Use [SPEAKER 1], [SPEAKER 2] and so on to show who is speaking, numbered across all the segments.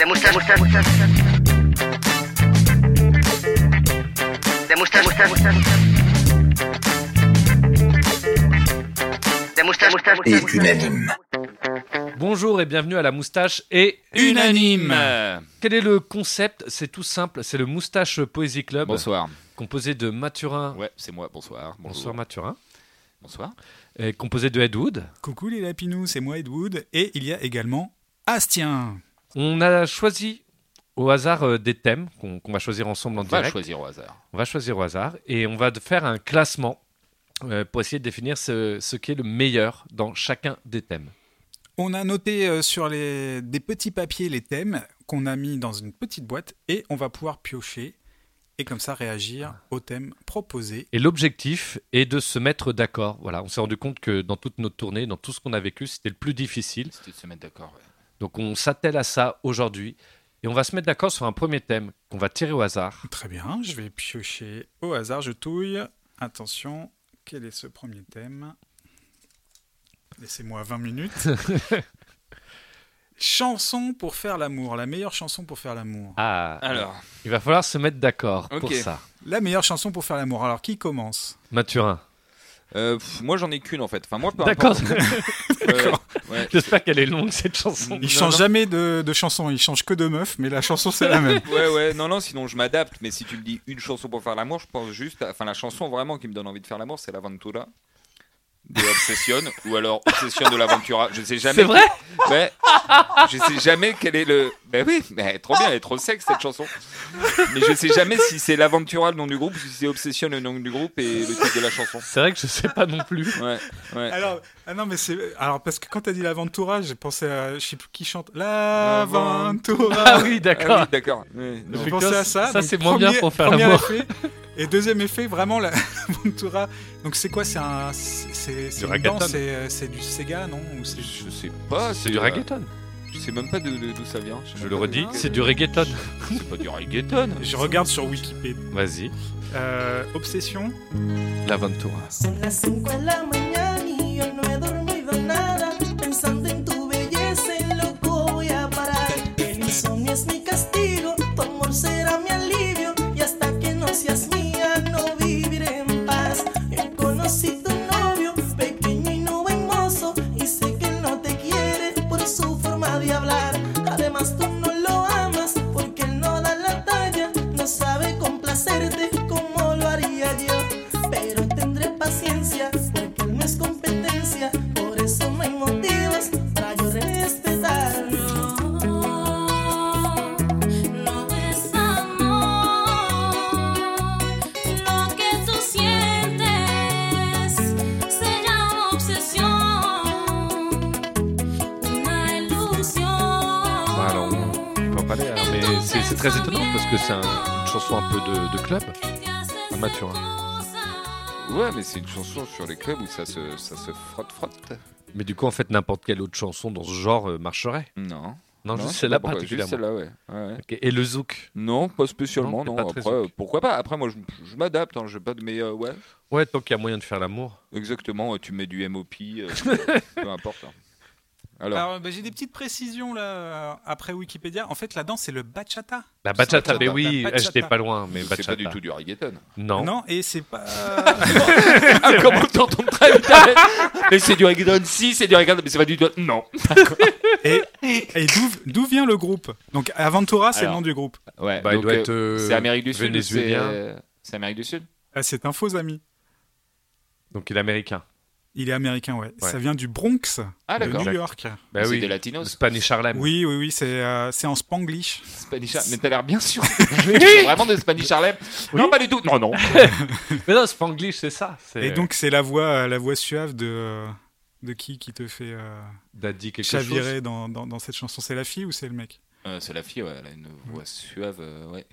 [SPEAKER 1] La moustache, moustache, moustache. La moustache, moustache, moustache. La moustache, moustache,
[SPEAKER 2] et
[SPEAKER 1] moustache.
[SPEAKER 2] unanime.
[SPEAKER 3] Bonjour et bienvenue à la moustache et
[SPEAKER 4] Unanime.
[SPEAKER 3] quel est le concept C'est tout simple, c'est le moustache poésie club
[SPEAKER 4] Bonsoir.
[SPEAKER 3] composé de Mathurin.
[SPEAKER 4] Ouais, c'est moi. Bonsoir.
[SPEAKER 3] Bonsoir
[SPEAKER 4] Bonjour.
[SPEAKER 3] Mathurin.
[SPEAKER 4] Bonsoir.
[SPEAKER 3] Et composé de Ed Wood.
[SPEAKER 5] Coucou les lapinous, c'est moi Ed Wood et il y a également Astien.
[SPEAKER 3] On a choisi au hasard euh, des thèmes qu'on qu'on va choisir ensemble en
[SPEAKER 4] On va
[SPEAKER 3] direct.
[SPEAKER 4] choisir au hasard.
[SPEAKER 3] On va choisir au hasard et on va de- faire un classement euh, pour essayer de définir ce, ce qui est le meilleur dans chacun des thèmes.
[SPEAKER 5] On a noté euh, sur les, des petits papiers les thèmes qu'on a mis dans une petite boîte et on va pouvoir piocher et comme ça réagir aux thèmes proposés.
[SPEAKER 3] Et l'objectif est de se mettre d'accord. Voilà, on s'est rendu compte que dans toute notre tournée, dans tout ce qu'on a vécu, c'était le plus difficile.
[SPEAKER 4] C'était de se mettre d'accord. ouais.
[SPEAKER 3] Donc on s'attelle à ça aujourd'hui et on va se mettre d'accord sur un premier thème qu'on va tirer au hasard.
[SPEAKER 5] Très bien, je vais piocher au hasard, je touille. Attention, quel est ce premier thème Laissez-moi 20 minutes. chanson pour faire l'amour, la meilleure chanson pour faire l'amour.
[SPEAKER 3] Ah,
[SPEAKER 4] Alors,
[SPEAKER 3] il va falloir se mettre d'accord pour
[SPEAKER 4] Ok.
[SPEAKER 3] ça.
[SPEAKER 5] La meilleure chanson pour faire l'amour. Alors qui commence
[SPEAKER 3] Mathurin.
[SPEAKER 4] euh, pff, moi j'en ai qu'une en fait. Enfin moi. peu
[SPEAKER 3] D'accord.
[SPEAKER 4] importe. Euh, ouais.
[SPEAKER 3] J'espère qu'elle est longue cette chanson.
[SPEAKER 4] Non,
[SPEAKER 5] Il change
[SPEAKER 4] non.
[SPEAKER 5] jamais de, de chanson, il change que de meuf, mais la chanson c'est la même.
[SPEAKER 4] Ouais ouais non non sinon je m'adapte mais si tu me dis une chanson pour faire l'amour je pense juste à- enfin la chanson vraiment qui me donne envie de faire l'amour c'est l'Aventura de Obsession ou alors Obsession de l'Aventura je sais jamais
[SPEAKER 3] C'est vrai
[SPEAKER 4] Ouais. Ben, je sais jamais quel est le ben oui mais elle est trop bien elle est trop sexe cette chanson mais je sais jamais si c'est l'Aventura le nom du groupe ou si c'est Obsession le nom du groupe et le titre de la chanson
[SPEAKER 3] C'est vrai que je sais pas non plus.
[SPEAKER 4] ouais ouais
[SPEAKER 5] Alors, ah non, mais c'est. Alors, parce que quand t'as dit l'Aventura, j'ai pensé à. Je sais plus qui chante. L'Aventura
[SPEAKER 3] Ah oui,
[SPEAKER 4] Ah
[SPEAKER 3] d'accord.
[SPEAKER 4] oui, d'accord Ouais, non.
[SPEAKER 5] J'ai pensé à ça.
[SPEAKER 3] Ça,
[SPEAKER 5] donc
[SPEAKER 3] c'est moins bien
[SPEAKER 5] premier-
[SPEAKER 3] pour faire
[SPEAKER 5] premier
[SPEAKER 3] l'amour.
[SPEAKER 5] effet. Et deuxième effet, vraiment, la- l'Aventura. Donc, c'est quoi C'est un. C'est c'est une
[SPEAKER 3] reggaeton.
[SPEAKER 5] danse, c'est euh, c'est du Sega, non Ou c'est-
[SPEAKER 4] je sais pas euh,
[SPEAKER 3] C'est du reggaeton.
[SPEAKER 4] je sais même pas de- de- d'où ça vient sais
[SPEAKER 3] Je
[SPEAKER 4] même
[SPEAKER 3] le
[SPEAKER 4] pas
[SPEAKER 3] redis,
[SPEAKER 4] d'où-
[SPEAKER 3] c'est du reggaeton.
[SPEAKER 4] c'est pas du reggaeton
[SPEAKER 5] Je regarde sur Wikipédia.
[SPEAKER 3] Vas-y.
[SPEAKER 5] Euh, Obsession.
[SPEAKER 3] L'Aventura.
[SPEAKER 6] Son las 5 de la mañana y yo no he dormido nada. Pensando en tu belleza, en loco voy a parar. El insomnio es mi castigo, tu amor será mi alivio. Y hasta que no seas mía, no viviré en paz. Yo conocí tu novio, pequeño y no buen mozo. Y sé que no te quiere por su forma de hablar. Además, tú no lo amas porque él no da la talla. No sabe complacerte como lo haría yo. Pero tendré paciencia porque él no es competencia. Por eso no hay motivos para yo respetarlo.
[SPEAKER 7] No, no es amor, lo que tú sientes se llama obsesión, una
[SPEAKER 3] Bah, alors, on-
[SPEAKER 7] ilusión.
[SPEAKER 3] on peut en parler, hein, mais c'est c'est très étonnant parce que c'est un- une chanson un peu de, de club. Un Mathurin.
[SPEAKER 4] Ouais, mais c'est une chanson sur les clubs où ça se, ça se frotte, frotte.
[SPEAKER 3] Mais du coup, en fait, n'importe quelle autre chanson dans ce genre euh, marcherait.
[SPEAKER 4] Non.
[SPEAKER 3] Non, juste
[SPEAKER 4] je sais
[SPEAKER 3] celle-là
[SPEAKER 4] pas pourquoi,
[SPEAKER 3] particulièrement.
[SPEAKER 4] Juste celle-là, ouais. Ouais, ouais.
[SPEAKER 3] Ok, Et le zouk.
[SPEAKER 4] Non, pas spécialement,
[SPEAKER 3] Non,
[SPEAKER 4] non.
[SPEAKER 3] t'es pas très
[SPEAKER 4] Après,
[SPEAKER 3] zouk.
[SPEAKER 4] euh, pourquoi pas Après, moi, je, je m'adapte, hein, je pas de. Mais euh, ouais,
[SPEAKER 3] Ouais, tant qu'il y a moyen de faire l'amour.
[SPEAKER 4] exactement, euh, tu mets du MOP, euh, peu importe. hein. Alors,
[SPEAKER 5] Alors, bah, j'ai des petites précisions là euh, après Wikipédia. En fait, la danse, c'est le bachata.
[SPEAKER 3] La
[SPEAKER 4] bachata,
[SPEAKER 3] bachata, mais oui,
[SPEAKER 5] la
[SPEAKER 3] eh, j'étais
[SPEAKER 5] bachata.
[SPEAKER 3] pas loin, mais
[SPEAKER 4] c'est
[SPEAKER 3] bachata.
[SPEAKER 4] pas du tout du reggaeton.
[SPEAKER 3] Non.
[SPEAKER 5] Non, et c'est pas.
[SPEAKER 4] Ah, comment t'entends très bien Mais c'est du reggaeton, si, c'est du reggaeton, mais c'est pas du tout. Non.
[SPEAKER 5] et et d'où- d'où vient le groupe Donc, Aventura, c'est le
[SPEAKER 4] Alors.
[SPEAKER 5] nom du groupe.
[SPEAKER 4] Ouais,
[SPEAKER 3] Bah, il
[SPEAKER 4] donc,
[SPEAKER 3] doit
[SPEAKER 4] euh,
[SPEAKER 3] être, euh,
[SPEAKER 4] C'est Amérique du Sud. C'est
[SPEAKER 3] vénézuélien.
[SPEAKER 4] euh, c'est Amérique du Sud
[SPEAKER 5] Ah, C'est un faux ami.
[SPEAKER 3] Donc il est américain.
[SPEAKER 5] Il est américain, ouais.
[SPEAKER 3] Ouais.
[SPEAKER 5] Ça vient du Bronx,
[SPEAKER 4] Ah,
[SPEAKER 5] de
[SPEAKER 4] d'accord.
[SPEAKER 5] New York.
[SPEAKER 3] Bah
[SPEAKER 4] c'est
[SPEAKER 3] oui.
[SPEAKER 4] des
[SPEAKER 3] Le
[SPEAKER 4] latinos.
[SPEAKER 3] Spanish Harlem.
[SPEAKER 5] Oui, oui, oui, c'est euh, c'est en spanglish.
[SPEAKER 4] Spanish Harlem. Mais t'as l'air bien sûr. vraiment de Spanish Harlem Non, pas du tout. Non, non.
[SPEAKER 3] Mais non, Spanglish, c'est ça. c'est-
[SPEAKER 5] Et donc, c'est la voix, euh, la voix suave de, euh, de qui qui te fait euh,
[SPEAKER 3] Daddy quelque chose.
[SPEAKER 5] chavirer dans, dans, dans cette chanson C'est la fille ou c'est le mec
[SPEAKER 4] Euh, c'est la fille, ouais, elle a une voix suave, euh, ouais.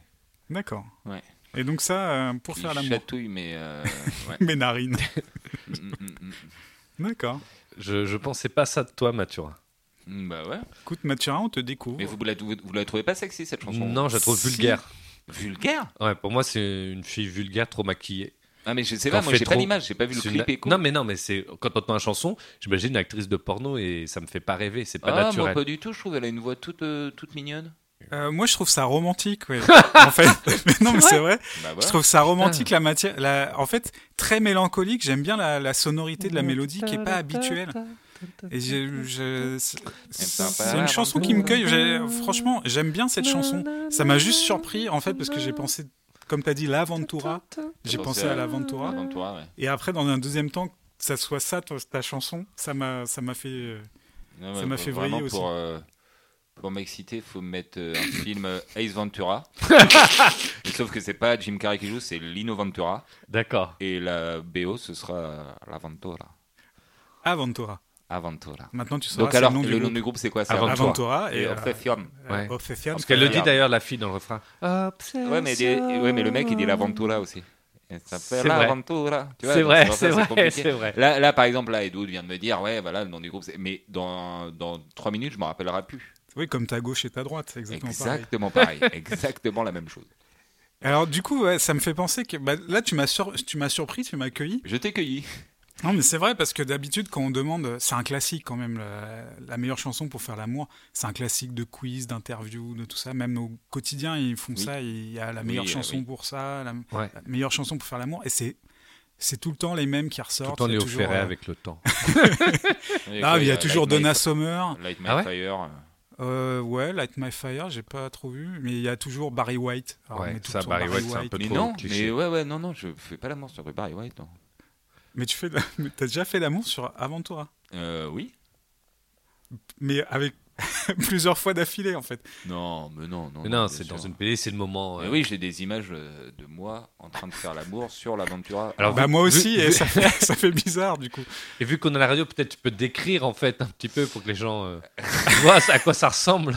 [SPEAKER 5] D'accord.
[SPEAKER 4] Ouais.
[SPEAKER 5] Et donc, ça, euh, pour
[SPEAKER 4] Qui
[SPEAKER 5] faire l'amour.
[SPEAKER 4] chatouille, mais. euh, ouais.
[SPEAKER 5] Mes narines.
[SPEAKER 4] Mm, mm,
[SPEAKER 5] D'accord.
[SPEAKER 3] Je, je pensais pas ça de toi, Mathurin.
[SPEAKER 4] mm, mm. Bah ouais.
[SPEAKER 5] Écoute, Mathurin, on te découvre.
[SPEAKER 4] Mais vous la, vous, vous la trouvez pas sexy cette chanson
[SPEAKER 3] Non, je la trouve
[SPEAKER 4] Si.
[SPEAKER 3] vulgaire.
[SPEAKER 4] Vulgaire
[SPEAKER 3] Ouais, pour moi, c'est une fille vulgaire trop maquillée.
[SPEAKER 4] Ah, mais je sais
[SPEAKER 3] T'en
[SPEAKER 4] pas, moi
[SPEAKER 3] fais
[SPEAKER 4] j'ai pas
[SPEAKER 3] trop.
[SPEAKER 4] l'image, j'ai pas vu le
[SPEAKER 3] C'est
[SPEAKER 4] clip
[SPEAKER 3] une-
[SPEAKER 4] et quoi.
[SPEAKER 3] Non, mais non, mais c'est quand on entend la chanson, j'imagine une actrice de porno et ça me fait pas rêver. C'est pas
[SPEAKER 4] ah, moi
[SPEAKER 3] naturel.
[SPEAKER 4] pas du tout, je trouve, elle a une voix toute, euh, toute mignonne.
[SPEAKER 5] Euh, moi, je trouve ça romantique, ouais. en fait. Mais non, mais c'est vrai.
[SPEAKER 4] Bah
[SPEAKER 5] Je
[SPEAKER 4] voilà.
[SPEAKER 5] trouve ça romantique, la matière. La... En fait, très mélancolique. J'aime bien la, la sonorité de la mélodie qui est pas habituelle. Et je, je- c'est- C'est une chanson qui me cueille. J'ai- Franchement, j'aime bien cette chanson. Ça m'a juste surpris, en fait, parce que j'ai pensé, comme tu as dit, la Ventura.
[SPEAKER 2] hein,
[SPEAKER 5] J'ai pensé à la Ventura.
[SPEAKER 4] Dans toi, ouais.
[SPEAKER 5] Et après, dans un deuxième temps, que ça soit ça, ta, ta chanson, ça m'a ça m'a fait. euh,
[SPEAKER 4] Non,
[SPEAKER 5] Ça
[SPEAKER 4] mais
[SPEAKER 5] m'a
[SPEAKER 4] pour-
[SPEAKER 5] fait
[SPEAKER 4] vraiment,
[SPEAKER 5] vriller
[SPEAKER 4] Pour, euh, pour m'exciter, faut mettre euh, un film euh, Ace Ventura. Mais Sauf que c'est pas Jim Carrey qui joue, c'est Lino Ventura.
[SPEAKER 3] D'accord.
[SPEAKER 4] Et la BO, ce sera euh, la Ventura.
[SPEAKER 5] Ah, Ventura.
[SPEAKER 4] Aventura.
[SPEAKER 5] Maintenant, tu sauras
[SPEAKER 4] Donc
[SPEAKER 5] c'est
[SPEAKER 4] alors,
[SPEAKER 5] le nom du groupe.
[SPEAKER 4] c'est quoi C'est
[SPEAKER 3] Aventura.
[SPEAKER 5] Aventura et
[SPEAKER 4] Et
[SPEAKER 5] euh,
[SPEAKER 4] Obsession.
[SPEAKER 3] Ouais.
[SPEAKER 5] euh, Obsession.
[SPEAKER 3] Parce qu'elle le dit
[SPEAKER 4] Regarde.
[SPEAKER 3] d'ailleurs, la fille, dans le refrain.
[SPEAKER 4] Ouais mais, des- ouais, mais le mec, il dit la Ventura aussi. Et ça
[SPEAKER 3] C'est
[SPEAKER 4] s'appelle la
[SPEAKER 3] vrai.
[SPEAKER 4] Ventura. Tu vois,
[SPEAKER 3] C'est
[SPEAKER 4] donc
[SPEAKER 3] vrai,
[SPEAKER 4] pour ça,
[SPEAKER 3] c'est vrai,
[SPEAKER 4] compliqué.
[SPEAKER 3] c'est vrai.
[SPEAKER 4] Là, là, par exemple, là, Edwood vient de me dire, ouais, voilà, le nom du groupe, c'est- mais dans, dans 3 minutes, je m'en rappellerai plus.
[SPEAKER 5] Oui, comme ta gauche et ta droite, c'est exactement pareil.
[SPEAKER 4] Exactement pareil, exactement la même chose.
[SPEAKER 5] Alors du coup, ouais, ça me fait penser que bah, là, tu m'as sur- tu m'as surpris, tu m'as accueilli.
[SPEAKER 4] Je t'ai cueilli.
[SPEAKER 5] Non, mais c'est vrai parce que d'habitude, quand on demande, c'est un classique quand même, la, la meilleure chanson pour faire l'amour, c'est un classique de quiz, d'interview, de tout ça. Même nos quotidiens, ils font
[SPEAKER 4] Oui.
[SPEAKER 5] ça. Il y a la
[SPEAKER 4] Oui,
[SPEAKER 5] meilleure
[SPEAKER 4] euh,
[SPEAKER 5] chanson
[SPEAKER 4] oui.
[SPEAKER 5] pour ça, la,
[SPEAKER 3] ah Ouais.
[SPEAKER 5] la meilleure chanson pour faire l'amour, et c'est c'est tout le temps les mêmes qui
[SPEAKER 3] Tout
[SPEAKER 5] ressortent.
[SPEAKER 3] le temps
[SPEAKER 5] il y a
[SPEAKER 3] Léo
[SPEAKER 5] toujours,
[SPEAKER 3] Ferré
[SPEAKER 5] euh,
[SPEAKER 3] avec le temps.
[SPEAKER 5] Ah, il y a toujours
[SPEAKER 4] Light My-
[SPEAKER 5] Donna Summer.
[SPEAKER 4] Light My
[SPEAKER 3] Ah ouais
[SPEAKER 4] Fire. euh,
[SPEAKER 5] Euh, ouais, Light My Fire, j'ai pas trop vu, mais il y a toujours Barry White. Alors, on
[SPEAKER 3] Ouais,
[SPEAKER 5] met tout
[SPEAKER 3] ça,
[SPEAKER 5] le temps
[SPEAKER 3] Barry White, c'est un peu
[SPEAKER 4] Mais
[SPEAKER 3] trop
[SPEAKER 4] non,
[SPEAKER 3] cliché.
[SPEAKER 4] mais ouais, ouais, non, non, je fais pas l'amour sur Barry White. hein. Non.
[SPEAKER 5] Mais tu fais, de- mais t'as déjà fait l'amour sur Aventura
[SPEAKER 4] Euh, oui.
[SPEAKER 5] mais avec plusieurs fois d'affilée en fait.
[SPEAKER 4] Non, mais non, non.
[SPEAKER 3] Mais non,
[SPEAKER 4] bien
[SPEAKER 3] c'est
[SPEAKER 4] sûr.
[SPEAKER 3] dans une PD, c'est le moment.
[SPEAKER 4] Mais
[SPEAKER 3] euh,
[SPEAKER 4] oui, j'ai des images euh, de moi en train de faire l'amour sur l'Aventura.
[SPEAKER 3] Alors,
[SPEAKER 5] bah
[SPEAKER 3] vu-
[SPEAKER 5] moi aussi
[SPEAKER 3] vu-
[SPEAKER 5] et ça fait, ça fait bizarre du coup.
[SPEAKER 3] Et vu qu'on a la radio, peut-être tu peux décrire en fait un petit peu pour que les gens euh, voient à quoi ça ressemble.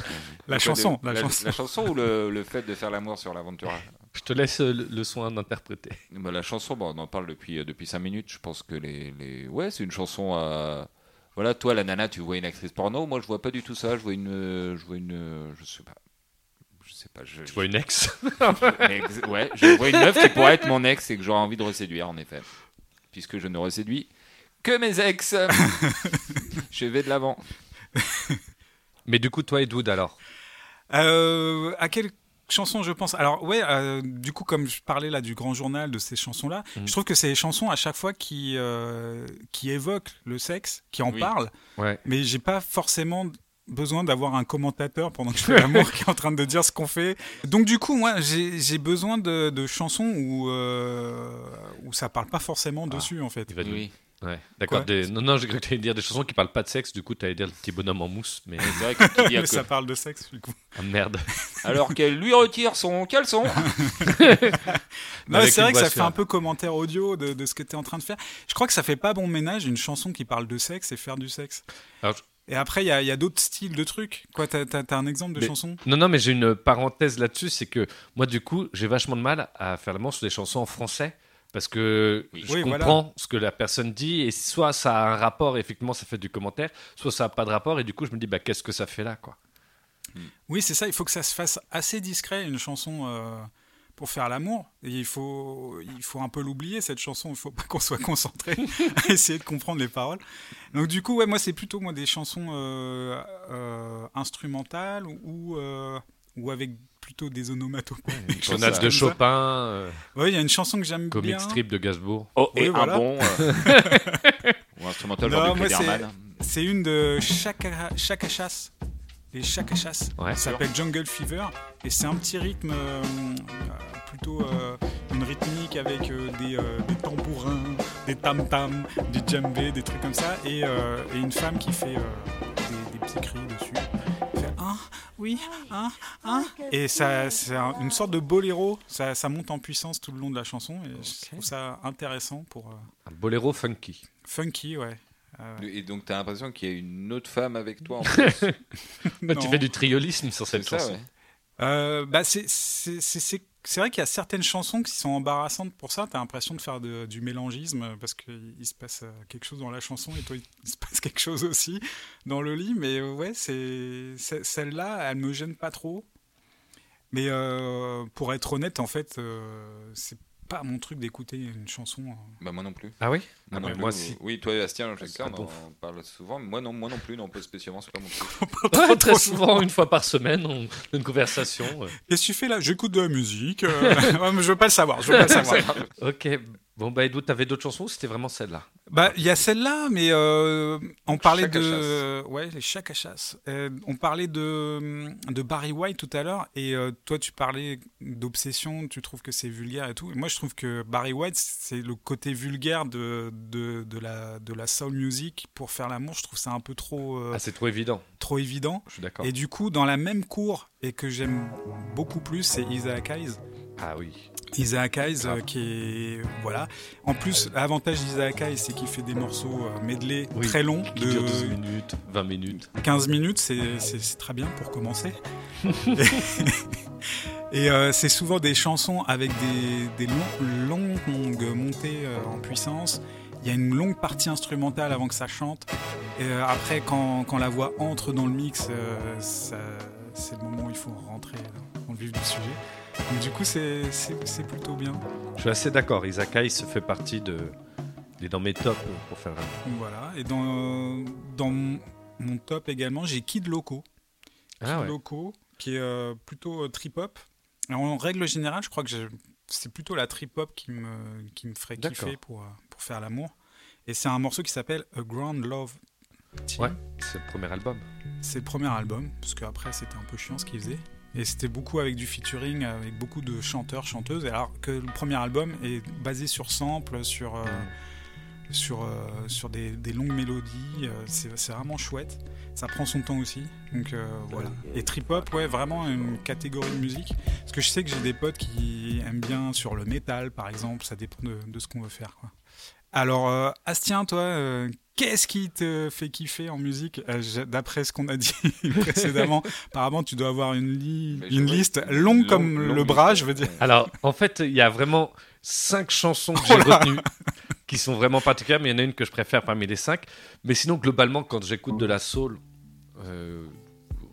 [SPEAKER 5] La
[SPEAKER 4] Quoi,
[SPEAKER 5] chanson,
[SPEAKER 4] de-
[SPEAKER 5] la, chanson.
[SPEAKER 4] ou le, le fait de faire l'amour sur l'Aventura
[SPEAKER 3] Je te laisse euh, le, le soin d'interpréter.
[SPEAKER 4] Bah, La chanson, bah, on en parle depuis, euh, depuis 5 minutes. Je pense que les. les- Ouais, c'est une chanson à. Voilà, toi, la nana, tu vois une actrice porno. Moi, je vois pas du tout ça. Je vois une. euh, Je vois une. euh, Je sais pas. Je sais pas. Je,
[SPEAKER 3] Tu vois une ex
[SPEAKER 4] Mais ex- ouais, je vois une meuf qui pourrait être mon ex et que j'aurais envie de reséduire, en effet. Puisque je ne reséduis que mes ex. je vais de l'avant.
[SPEAKER 3] Mais du coup, toi, Edwood, alors
[SPEAKER 5] Euh, à quelle chanson je pense Alors ouais, euh, du coup comme je parlais là du grand journal de ces chansons là,
[SPEAKER 3] Mhm.
[SPEAKER 5] je trouve que c'est les chansons à chaque fois qui euh, qui évoquent le sexe, qui en
[SPEAKER 4] Oui.
[SPEAKER 5] parlent,
[SPEAKER 3] Ouais.
[SPEAKER 5] mais j'ai pas forcément besoin d'avoir un commentateur pendant que je fais l'amour qui est en train de dire ce qu'on fait. Donc du coup, moi, j'ai j'ai besoin de, de chansons où, euh, où ça parle pas forcément dessus, en fait.
[SPEAKER 3] Il va nous-
[SPEAKER 4] Oui.
[SPEAKER 3] Ouais, d'accord.
[SPEAKER 5] Quoi
[SPEAKER 3] des- Non, non, j'ai cru que t'allais dire des chansons qui parlent pas de sexe. Du coup, t'allais dire le petit bonhomme en mousse. Mais
[SPEAKER 4] C'est vrai que tu dis à
[SPEAKER 5] Mais
[SPEAKER 4] que-
[SPEAKER 5] ça parle de sexe, du coup.
[SPEAKER 3] ah, merde.
[SPEAKER 4] Alors qu'elle lui retire son caleçon.
[SPEAKER 5] Non,
[SPEAKER 3] Avec
[SPEAKER 5] c'est
[SPEAKER 3] une
[SPEAKER 5] vrai que ça
[SPEAKER 3] voix
[SPEAKER 5] fait un peu commentaire audio de, de ce que tu es en train de faire. Je crois que ça fait pas bon ménage une chanson qui parle de sexe et faire du sexe.
[SPEAKER 3] Alors, je-
[SPEAKER 5] Et après, il y a, il y a d'autres styles de trucs. Quoi, t'as as, un exemple de
[SPEAKER 3] Mais-
[SPEAKER 5] chanson
[SPEAKER 3] Non, non, mais j'ai une parenthèse là-dessus. C'est que moi, du coup, j'ai vachement de mal à faire l'amour sur des chansons en français. Parce que
[SPEAKER 4] Oui.
[SPEAKER 3] je
[SPEAKER 5] Oui, voilà.
[SPEAKER 3] comprends ce que la personne dit. Et soit ça a un rapport, effectivement, ça fait du commentaire. Soit ça a pas de rapport. Et du coup, je me dis, bah, qu'est-ce que ça fait là, quoi
[SPEAKER 5] Oui, c'est ça. Il faut que ça se fasse assez discret, une chanson euh, pour faire l'amour. Et il faut, il faut un peu l'oublier, cette chanson. Il faut pas qu'on soit concentré à essayer de comprendre les paroles. Donc, du coup, ouais, moi, c'est plutôt moi, des chansons euh, euh, instrumentales ou, euh, ou avec plutôt des onomatopées. des choses
[SPEAKER 3] Sonate
[SPEAKER 5] comme
[SPEAKER 3] de
[SPEAKER 5] ça.
[SPEAKER 3] Chopin, euh,
[SPEAKER 5] Ouais, il y a une chanson que j'aime
[SPEAKER 3] comic
[SPEAKER 5] bien.
[SPEAKER 3] strip de Gainsbourg.
[SPEAKER 4] Oh,
[SPEAKER 5] Oui,
[SPEAKER 4] et
[SPEAKER 5] voilà.
[SPEAKER 4] un bon. euh, ou instrumental,
[SPEAKER 5] Non,
[SPEAKER 4] genre du
[SPEAKER 5] moi, c'est-
[SPEAKER 4] Cléderman.
[SPEAKER 5] C'est une de Chaka, Chaka Chasse. Les Chaka Chasse.
[SPEAKER 3] Ouais.
[SPEAKER 5] ça s'appelle Jungle Fever. Et c'est un petit rythme, euh, euh, plutôt euh, une rythmique avec euh, des, euh, des tambourins, des tam-tams, du djembé, des trucs comme ça. Et, euh, et une femme qui fait euh, des, des petits cris dessus. Elle fait un, oui, un, un. Et ça, c'est un- une sorte de boléro. Ça, ça monte en puissance tout le long de la chanson. Et je trouve ça intéressant pour. euh,
[SPEAKER 3] Un boléro funky.
[SPEAKER 5] funky, ouais. Euh,
[SPEAKER 4] Et donc, t'as l'impression qu'il y a une autre femme avec toi en plus.
[SPEAKER 3] Toi, Bah, tu
[SPEAKER 5] non.
[SPEAKER 3] fais du triolisme sur
[SPEAKER 4] C'est
[SPEAKER 3] cette
[SPEAKER 4] ça,
[SPEAKER 3] chanson.
[SPEAKER 4] ouais.
[SPEAKER 5] Euh, bah c'est c'est- c'est- c'est- c'est vrai qu'il y a certaines chansons qui sont embarrassantes pour ça. T'as l'impression de faire de- du mélangisme euh, parce qu'il il se passe euh, quelque chose dans la chanson et toi il il se passe quelque chose aussi dans le lit. Mais euh, ouais, c'est c'est- celle-là, elle me gêne pas trop. Mais euh, pour être honnête, en fait, euh, c'est pas mon truc d'écouter une chanson. euh.
[SPEAKER 4] Bah, moi non plus.
[SPEAKER 3] Ah oui
[SPEAKER 4] Moi
[SPEAKER 3] Ah,
[SPEAKER 4] non
[SPEAKER 3] mais
[SPEAKER 4] plus. euh,
[SPEAKER 3] Moi, si.
[SPEAKER 4] Oui, toi, Astien, je
[SPEAKER 3] Ah,
[SPEAKER 4] sais
[SPEAKER 3] c'est
[SPEAKER 4] qu'on
[SPEAKER 3] pas bon.
[SPEAKER 4] en parle souvent. mais Moi non, moi non plus, non, pas spécialement, c'est pas mon truc.
[SPEAKER 3] Ouais, très souvent, une fois par semaine, on une conversation. euh.
[SPEAKER 5] Qu'est-ce que tu fais là J'écoute de la musique. euh. Ouais, mais je veux pas le savoir. Je veux pas le savoir.
[SPEAKER 3] Ok. Bon, bah, Edou, t'avais d'autres chansons ou c'était vraiment celle-là
[SPEAKER 5] Bah, il y a celle-là, mais euh, on parlait
[SPEAKER 4] Chaque
[SPEAKER 5] de ouais, les chats à chasse. Euh, on parlait de de Barry White tout à l'heure, et euh, toi tu parlais d'obsession, tu trouves que c'est vulgaire et tout. Et moi je trouve que Barry White c'est le côté vulgaire de, de de la de la soul music pour faire l'amour. Je trouve ça un peu trop euh,
[SPEAKER 3] Ah, c'est trop évident.
[SPEAKER 5] trop évident.
[SPEAKER 3] Je suis d'accord.
[SPEAKER 5] Et du coup, dans la même cour, et que j'aime beaucoup plus, c'est Isaac Hayes.
[SPEAKER 3] Ah oui.
[SPEAKER 5] Isaac Hayes euh, qui est voilà. En plus, l'avantage d'Isaac Hayes c'est qu'il fait des morceaux euh, medley
[SPEAKER 3] Oui,
[SPEAKER 5] très longs
[SPEAKER 3] Qui dure 12
[SPEAKER 5] de
[SPEAKER 3] minutes, 20 minutes.
[SPEAKER 5] 15 minutes, c'est- c'est c'est très bien pour commencer. Et euh, c'est souvent des chansons avec des, des longs- longues montées euh, en puissance. Il y a une longue partie instrumentale avant que ça chante. Et euh, après, quand, quand la voix entre dans le mix, euh, ça- c'est le moment où il faut rentrer euh, dans le vif du sujet. Donc du coup, c'est- c'est c'est plutôt bien.
[SPEAKER 3] Je suis assez d'accord. Isaac Hayes fait partie de. Il est dans mes tops pour faire un.
[SPEAKER 5] Donc Voilà, et dans, dans mon mon top également, j'ai Kid Loco.
[SPEAKER 3] Ah
[SPEAKER 5] Kid Loco, qui est euh, plutôt euh, trip-hop. Alors, En règle générale, je crois que je- c'est plutôt la trip-hop qui me, qui me ferait
[SPEAKER 3] D'accord.
[SPEAKER 5] kiffer pour, euh, pour faire l'amour. Et c'est un morceau qui s'appelle A Grand Love. Team.
[SPEAKER 3] Ouais, c'est le premier album.
[SPEAKER 5] C'est le premier album, parce qu'après c'était un peu chiant ce qu'il faisait. Et c'était beaucoup avec du featuring, avec beaucoup de chanteurs, chanteuses, alors que le premier album est basé sur samples, sur, euh, sur, euh, sur des, des longues mélodies. euh, c'est c'est vraiment chouette. Ça prend son temps aussi. Donc euh, voilà. Et trip-hop, ouais, vraiment une catégorie de musique. Parce que je sais que j'ai des potes qui aiment bien sur le métal, par exemple. Ça dépend de, de ce qu'on veut faire. quoi. Alors, euh, Astien, toi, euh, qu'est-ce qui te fait kiffer en musique Euh, j'ai- D'après ce qu'on a dit précédemment, apparemment, tu dois avoir une, li-
[SPEAKER 4] Mais je-
[SPEAKER 5] une liste longue
[SPEAKER 4] Longue-
[SPEAKER 5] comme
[SPEAKER 4] longue
[SPEAKER 5] le
[SPEAKER 4] liste,
[SPEAKER 5] bras,
[SPEAKER 4] ouais.
[SPEAKER 5] je veux dire.
[SPEAKER 3] Alors, en fait, il y a vraiment cinq chansons que j'ai
[SPEAKER 5] Oh là
[SPEAKER 3] retenues qui sont vraiment particulières, mais il y en a une que je préfère parmi les cinq. Mais sinon, globalement, quand j'écoute de la soul, euh,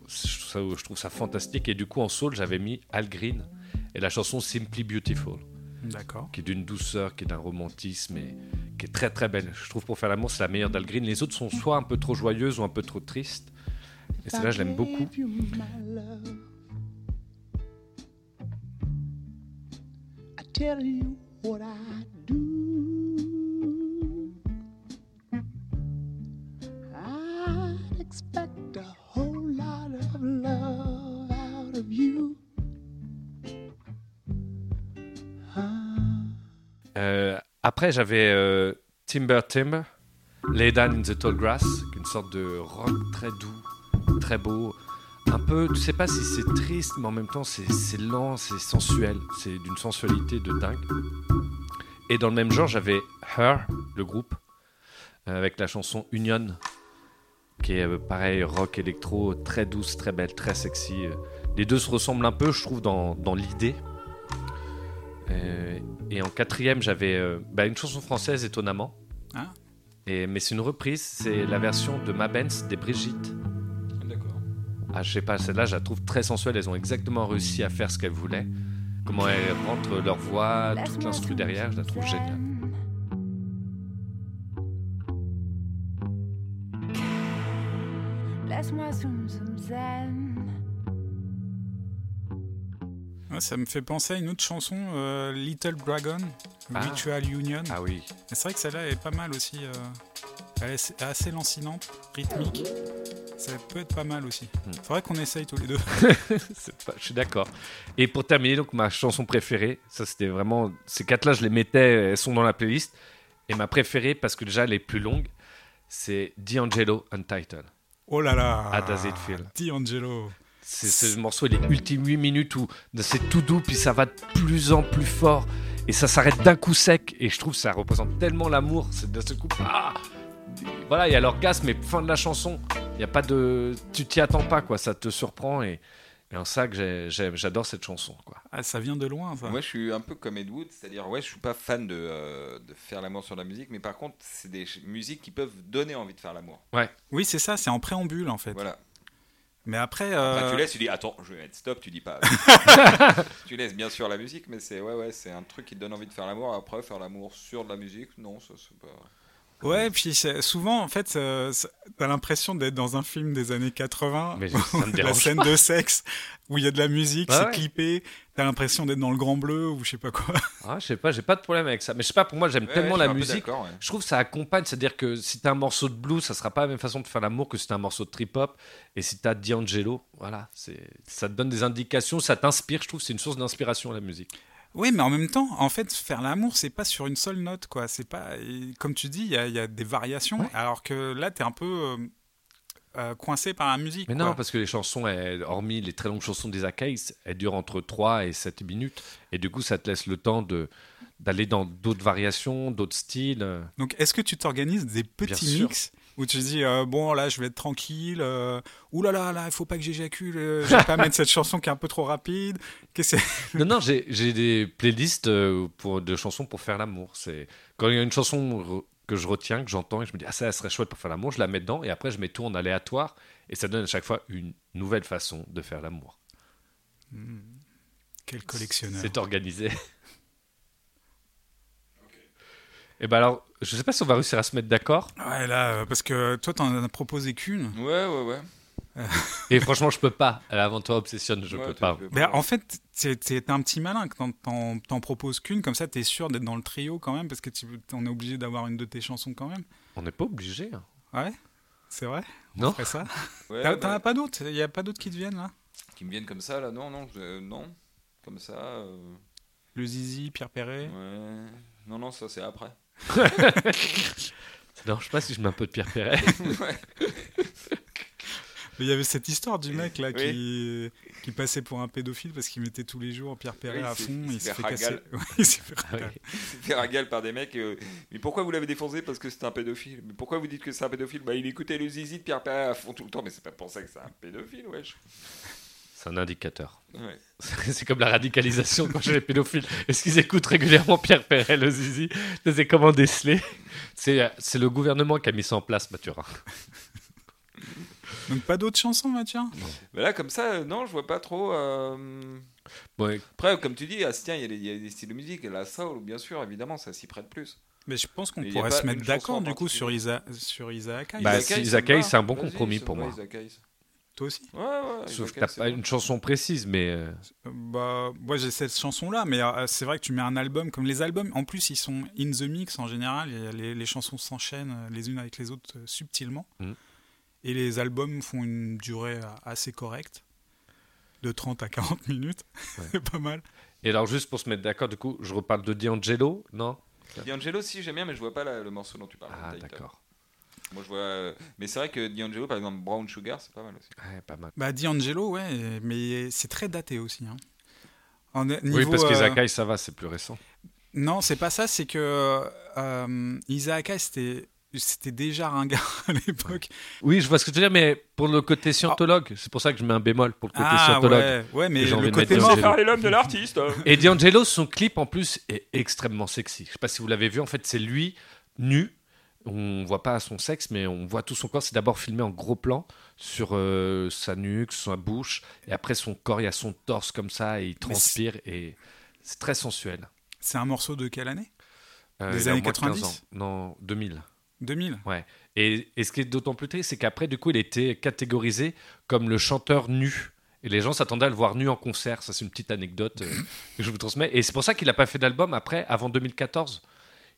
[SPEAKER 3] je, trouve ça, je trouve ça fantastique. Et du coup, en soul, j'avais mis Al Green et la chanson Simply Beautiful,
[SPEAKER 5] D'accord.
[SPEAKER 3] qui est d'une douceur, qui est d'un romantisme et qui est très très belle. Je trouve pour faire l'amour, c'est la meilleure d'Al Green. Les autres sont soit un peu trop joyeuses ou un peu trop tristes. Et celle-là, je l'aime beaucoup.
[SPEAKER 2] I tell you what I do. I expect a whole lot of love out of you. Ah.
[SPEAKER 3] Euh, après, j'avais euh, Timber Timber, Lay Down in the Tall Grass, qui est une sorte de rock très doux, très beau. Un peu, tu sais pas si c'est triste, mais en même temps, c'est c'est lent, c'est sensuel. C'est d'une sensualité de dingue. Et dans le même genre, j'avais Her, le groupe, euh, avec la chanson Union, qui est euh, pareil, rock électro, très douce, très belle, très sexy. euh. Les deux se ressemblent un peu, je trouve, dans, dans l'idée. Euh, et en quatrième, j'avais euh, bah, une chanson française, étonnamment.
[SPEAKER 5] Ah.
[SPEAKER 3] Et, mais c'est une reprise, c'est la version de Ma Benz des Brigitte.
[SPEAKER 4] D'accord.
[SPEAKER 3] Ah, je sais pas, celle-là, je la trouve très sensuelle. Elles ont exactement réussi à faire ce qu'elles voulaient. Comment elles rentrent leur voix, toute l'instru derrière, je la trouve géniale.
[SPEAKER 7] Laisse-moi zoom zoom zen.
[SPEAKER 5] Ouais, ça me fait penser à une autre chanson, euh, Little Dragon,
[SPEAKER 3] Ah.
[SPEAKER 5] Ritual Union.
[SPEAKER 3] Ah oui.
[SPEAKER 5] Et C'est vrai que celle-là est pas mal aussi. euh, elle est assez lancinante, rythmique. Ça peut être pas mal aussi.
[SPEAKER 3] Hmm.
[SPEAKER 5] C'est vrai qu'on essaye tous les deux.
[SPEAKER 3] C'est pas- je suis d'accord. Et pour terminer, donc ma chanson préférée, ça c'était vraiment ces quatre-là, je les mettais, elles sont dans la playlist. Et ma préférée, parce que déjà elle est plus longue, c'est D'Angelo Untitled.
[SPEAKER 5] Oh là là
[SPEAKER 3] How does it feel
[SPEAKER 5] D'Angelo.
[SPEAKER 3] C'est ce morceau, il est ultime 8 minutes où c'est tout doux, puis ça va de plus en plus fort, et ça s'arrête d'un coup sec, et je trouve que ça représente tellement l'amour, c'est d'un seul coup, ah Voilà, il y a l'orgasme, mais fin de la chanson, il n'y a pas de... Tu t'y attends pas, quoi, ça te surprend, et, et en ça que j'ai- j'ai- j'adore cette chanson, quoi.
[SPEAKER 5] Ah, ça vient de loin, ça.
[SPEAKER 4] Moi, je suis un peu comme Ed Wood, c'est-à-dire, ouais, je suis pas fan de, euh, de faire l'amour sur la musique, mais par contre, c'est des ch- musiques qui peuvent donner envie de faire l'amour.
[SPEAKER 5] Oui, c'est ça, c'est en préambule en fait.
[SPEAKER 4] Voilà.
[SPEAKER 5] Mais après, euh,
[SPEAKER 4] Enfin, Bah, tu laisses, tu dis attends, je vais mettre stop, tu dis pas. tu laisses bien sûr la musique, mais c'est ouais, ouais, c'est un truc qui te donne envie de faire l'amour. Après, faire l'amour sur de la musique, non, ça c'est pas.
[SPEAKER 5] ouais, puis c'est- souvent, en fait, euh, c'est- t'as l'impression d'être dans un film des années
[SPEAKER 4] Ah.
[SPEAKER 5] 80,
[SPEAKER 3] Mais ça me
[SPEAKER 5] la
[SPEAKER 3] dérange
[SPEAKER 5] scène de sexe, où il y a de la musique,
[SPEAKER 3] Bah
[SPEAKER 5] c'est
[SPEAKER 3] ouais.
[SPEAKER 5] clippé, t'as l'impression d'être dans le grand bleu ou je sais pas quoi.
[SPEAKER 3] Ah, je sais pas, j'ai pas de problème avec ça. Mais je sais pas, pour moi, j'aime
[SPEAKER 4] Ouais,
[SPEAKER 3] tellement
[SPEAKER 4] ouais,
[SPEAKER 3] la
[SPEAKER 4] je suis un peu
[SPEAKER 3] musique.
[SPEAKER 4] d'accord, ouais.
[SPEAKER 3] Je trouve que ça accompagne, c'est-à-dire que si t'as un morceau de blues, ça sera pas la même façon de faire l'amour que si t'as un morceau de trip-hop. Et si t'as D'Angelo, voilà, c'est- ça te donne des indications, ça t'inspire. Je trouve que c'est une source d'inspiration, la musique.
[SPEAKER 5] Oui, mais en même temps, en fait, faire l'amour, c'est pas sur une seule note, quoi. C'est pas, et comme tu dis, il y a, il y a des variations, alors que là, t'es un peu euh, euh, coincé par la musique.
[SPEAKER 3] Mais
[SPEAKER 5] quoi.
[SPEAKER 3] non, bah parce que les chansons, elles- hormis les très longues chansons des Acaïs, elles durent entre 3 et 7 minutes. Et du coup, ça te laisse le temps de d'aller dans d'autres variations, d'autres styles. euh,
[SPEAKER 5] Donc, est-ce que tu t'organises des petits
[SPEAKER 3] sûr.
[SPEAKER 5] mix où tu dis euh, bon là je vais être tranquille euh, ouh là là là il faut pas que j'éjacule euh, je vais pas mettre cette chanson qui est un peu trop rapide qu'est-ce que c'est
[SPEAKER 3] Non, non, j'ai j'ai des playlists euh, pour, de chansons pour faire l'amour. C'est Quand il y a une chanson re- que je retiens, que j'entends et que je me dis, ah, ça, elle serait chouette pour faire l'amour, je la mets dedans et après, je mets tout en aléatoire et ça donne à chaque fois une nouvelle façon de faire l'amour.
[SPEAKER 5] quel collectionneur
[SPEAKER 3] C'est organisé. Et ben alors, je sais pas si on va réussir à se mettre d'accord.
[SPEAKER 5] ouais là euh, parce que toi t'en as proposé qu'une
[SPEAKER 4] Ouais, ouais, ouais.
[SPEAKER 3] Et franchement, je peux pas. Avant toi, obsessionne, je
[SPEAKER 4] Ouais,
[SPEAKER 3] peux
[SPEAKER 4] tu-
[SPEAKER 3] pas.
[SPEAKER 4] tu peux
[SPEAKER 5] Ben,
[SPEAKER 4] pas.
[SPEAKER 5] en fait, t'es- t'es t'es un petit malin que t'en- t'en t'en proposes qu'une, comme ça t'es sûr d'être dans le trio quand même, parce que tu on est obligé d'avoir une de tes chansons quand même.
[SPEAKER 3] On n'est pas obligé. hein.
[SPEAKER 5] Ouais, c'est vrai.
[SPEAKER 3] Non.
[SPEAKER 5] Après ça,
[SPEAKER 4] Ouais,
[SPEAKER 5] t'en
[SPEAKER 4] ouais,
[SPEAKER 5] t'en as pas d'autres Il y a pas d'autres qui te viennent là
[SPEAKER 4] qui me viennent comme ça là, non, non, je- non, comme ça. euh,
[SPEAKER 5] Le Zizi, Pierre Perret.
[SPEAKER 4] ouais. Non, non, ça c'est après.
[SPEAKER 3] Non, je sais pas si je mets un peu de Pierre Perret.
[SPEAKER 5] Mais il y avait cette histoire du mec là qui qui passait pour un pédophile parce qu'il mettait tous les jours Pierre Perret
[SPEAKER 4] Oui,
[SPEAKER 5] à
[SPEAKER 4] c'est-
[SPEAKER 5] fond,
[SPEAKER 4] c'est
[SPEAKER 5] il s'est fait casser.
[SPEAKER 4] Ragal.
[SPEAKER 5] Ouais, il s'est fait
[SPEAKER 3] Ah
[SPEAKER 5] ragal.
[SPEAKER 3] oui.
[SPEAKER 4] Faire à gueule par des mecs. euh, mais pourquoi vous l'avez défoncé Parce que c'est un pédophile. Mais pourquoi vous dites que c'est un pédophile Bah, il écoutait le zizi de Pierre Perret à fond tout le temps, mais c'est pas pour ça que c'est un pédophile, wesh.
[SPEAKER 3] C'est un indicateur.
[SPEAKER 4] Ouais.
[SPEAKER 3] C'est comme la radicalisation quand chez les pédophiles. Est-ce qu'ils écoutent régulièrement Pierre Perret, le Zizi C'est comment déceler C'est euh, c'est le gouvernement qui a mis ça en place, Mathurin.
[SPEAKER 5] Donc pas d'autres chansons, Mathieu
[SPEAKER 4] Mais là, comme ça, euh, non, je vois pas trop. euh,
[SPEAKER 3] Ouais.
[SPEAKER 4] Après, comme tu dis, ah, tiens, il y, a des- il y a des styles de musique, la soul, bien sûr, évidemment, ça s'y prête plus.
[SPEAKER 5] Mais je pense qu'on
[SPEAKER 4] Mais il y a
[SPEAKER 5] pourrait
[SPEAKER 4] pas
[SPEAKER 5] se mettre
[SPEAKER 4] une chanson
[SPEAKER 5] d'accord
[SPEAKER 4] en
[SPEAKER 5] du coup sur
[SPEAKER 4] particulier.
[SPEAKER 5] Isa sur Isaac.
[SPEAKER 3] Bah,
[SPEAKER 4] Isaac
[SPEAKER 3] si,
[SPEAKER 4] Hayes,
[SPEAKER 3] Isaac
[SPEAKER 4] ça me
[SPEAKER 3] Hayes,
[SPEAKER 4] va.
[SPEAKER 3] c'est un bon
[SPEAKER 4] Vas-y,
[SPEAKER 3] compromis
[SPEAKER 4] ça
[SPEAKER 3] pour
[SPEAKER 4] me va,
[SPEAKER 3] moi.
[SPEAKER 4] Isaac Hayes.
[SPEAKER 5] Toi aussi
[SPEAKER 4] Ouais, ouais,
[SPEAKER 3] Sauf
[SPEAKER 4] Isaac
[SPEAKER 3] que t'as
[SPEAKER 4] Hayes, c'est
[SPEAKER 3] pas
[SPEAKER 4] bon.
[SPEAKER 3] une chanson précise, mais euh,
[SPEAKER 5] Bah, moi j'ai cette chanson là, mais euh, c'est vrai que tu mets un album, comme les albums, en plus ils sont in the mix en général, et les, les chansons s'enchaînent euh, les unes avec les autres euh, subtilement,
[SPEAKER 3] Mhm.
[SPEAKER 5] et les albums font une durée euh, assez correcte, de 30 à 40 minutes, c'est pas mal.
[SPEAKER 3] Et alors, juste pour se mettre d'accord, du coup, je reparle de D'Angelo, non
[SPEAKER 4] D'Angelo, si, j'aime bien, mais je vois pas la- le morceau dont tu parles.
[SPEAKER 3] Ah,
[SPEAKER 4] le title.
[SPEAKER 3] d'accord.
[SPEAKER 4] Moi, je vois. euh, Mais c'est vrai que D'Angelo, par exemple, Brown Sugar, c'est pas mal aussi.
[SPEAKER 3] Ouais, pas mal.
[SPEAKER 5] Bah D'Angelo, ouais, mais c'est très daté aussi. hein. En, euh, niveau,
[SPEAKER 3] oui, parce
[SPEAKER 5] euh,
[SPEAKER 3] qu'Isaac Hayes, ça va, c'est plus récent.
[SPEAKER 5] Non, c'est pas ça, c'est que euh, Isaac Hayes, c'était c'était déjà ringard à l'époque.
[SPEAKER 3] Oui, je vois ce que tu veux dire, mais pour le côté scientologue, c'est pour ça que je mets un bémol pour le côté scientologue.
[SPEAKER 5] Ah. ouais, ouais, mais
[SPEAKER 3] j'ai envie
[SPEAKER 5] le
[SPEAKER 3] de mettre
[SPEAKER 5] côté mort,
[SPEAKER 3] D'Angelo.
[SPEAKER 4] Ah, les l'homme de l'artiste
[SPEAKER 3] Et D'Angelo, son clip en plus est extrêmement sexy. Je sais pas si vous l'avez vu, en fait, c'est lui nu. On voit pas son sexe, mais on voit tout son corps. C'est d'abord filmé en gros plan sur euh, sa nuque, sa bouche, et après son corps, il y a son torse comme ça, et il transpire, et c'est très sensuel.
[SPEAKER 5] c'est un morceau de quelle année
[SPEAKER 3] Euh,
[SPEAKER 5] Des
[SPEAKER 3] il a
[SPEAKER 5] années
[SPEAKER 3] moins de 15
[SPEAKER 5] 90?
[SPEAKER 3] ans. Non, 2000.
[SPEAKER 5] 2000
[SPEAKER 3] Et, et ce qui est d'autant plus triste, c'est qu'après, du coup, il était catégorisé comme le chanteur nu. Et les gens s'attendaient à le voir nu en concert. Ça, c'est une petite anecdote euh, que je vous transmets. Et c'est pour ça qu'il n'a pas fait d'album après, avant 2014.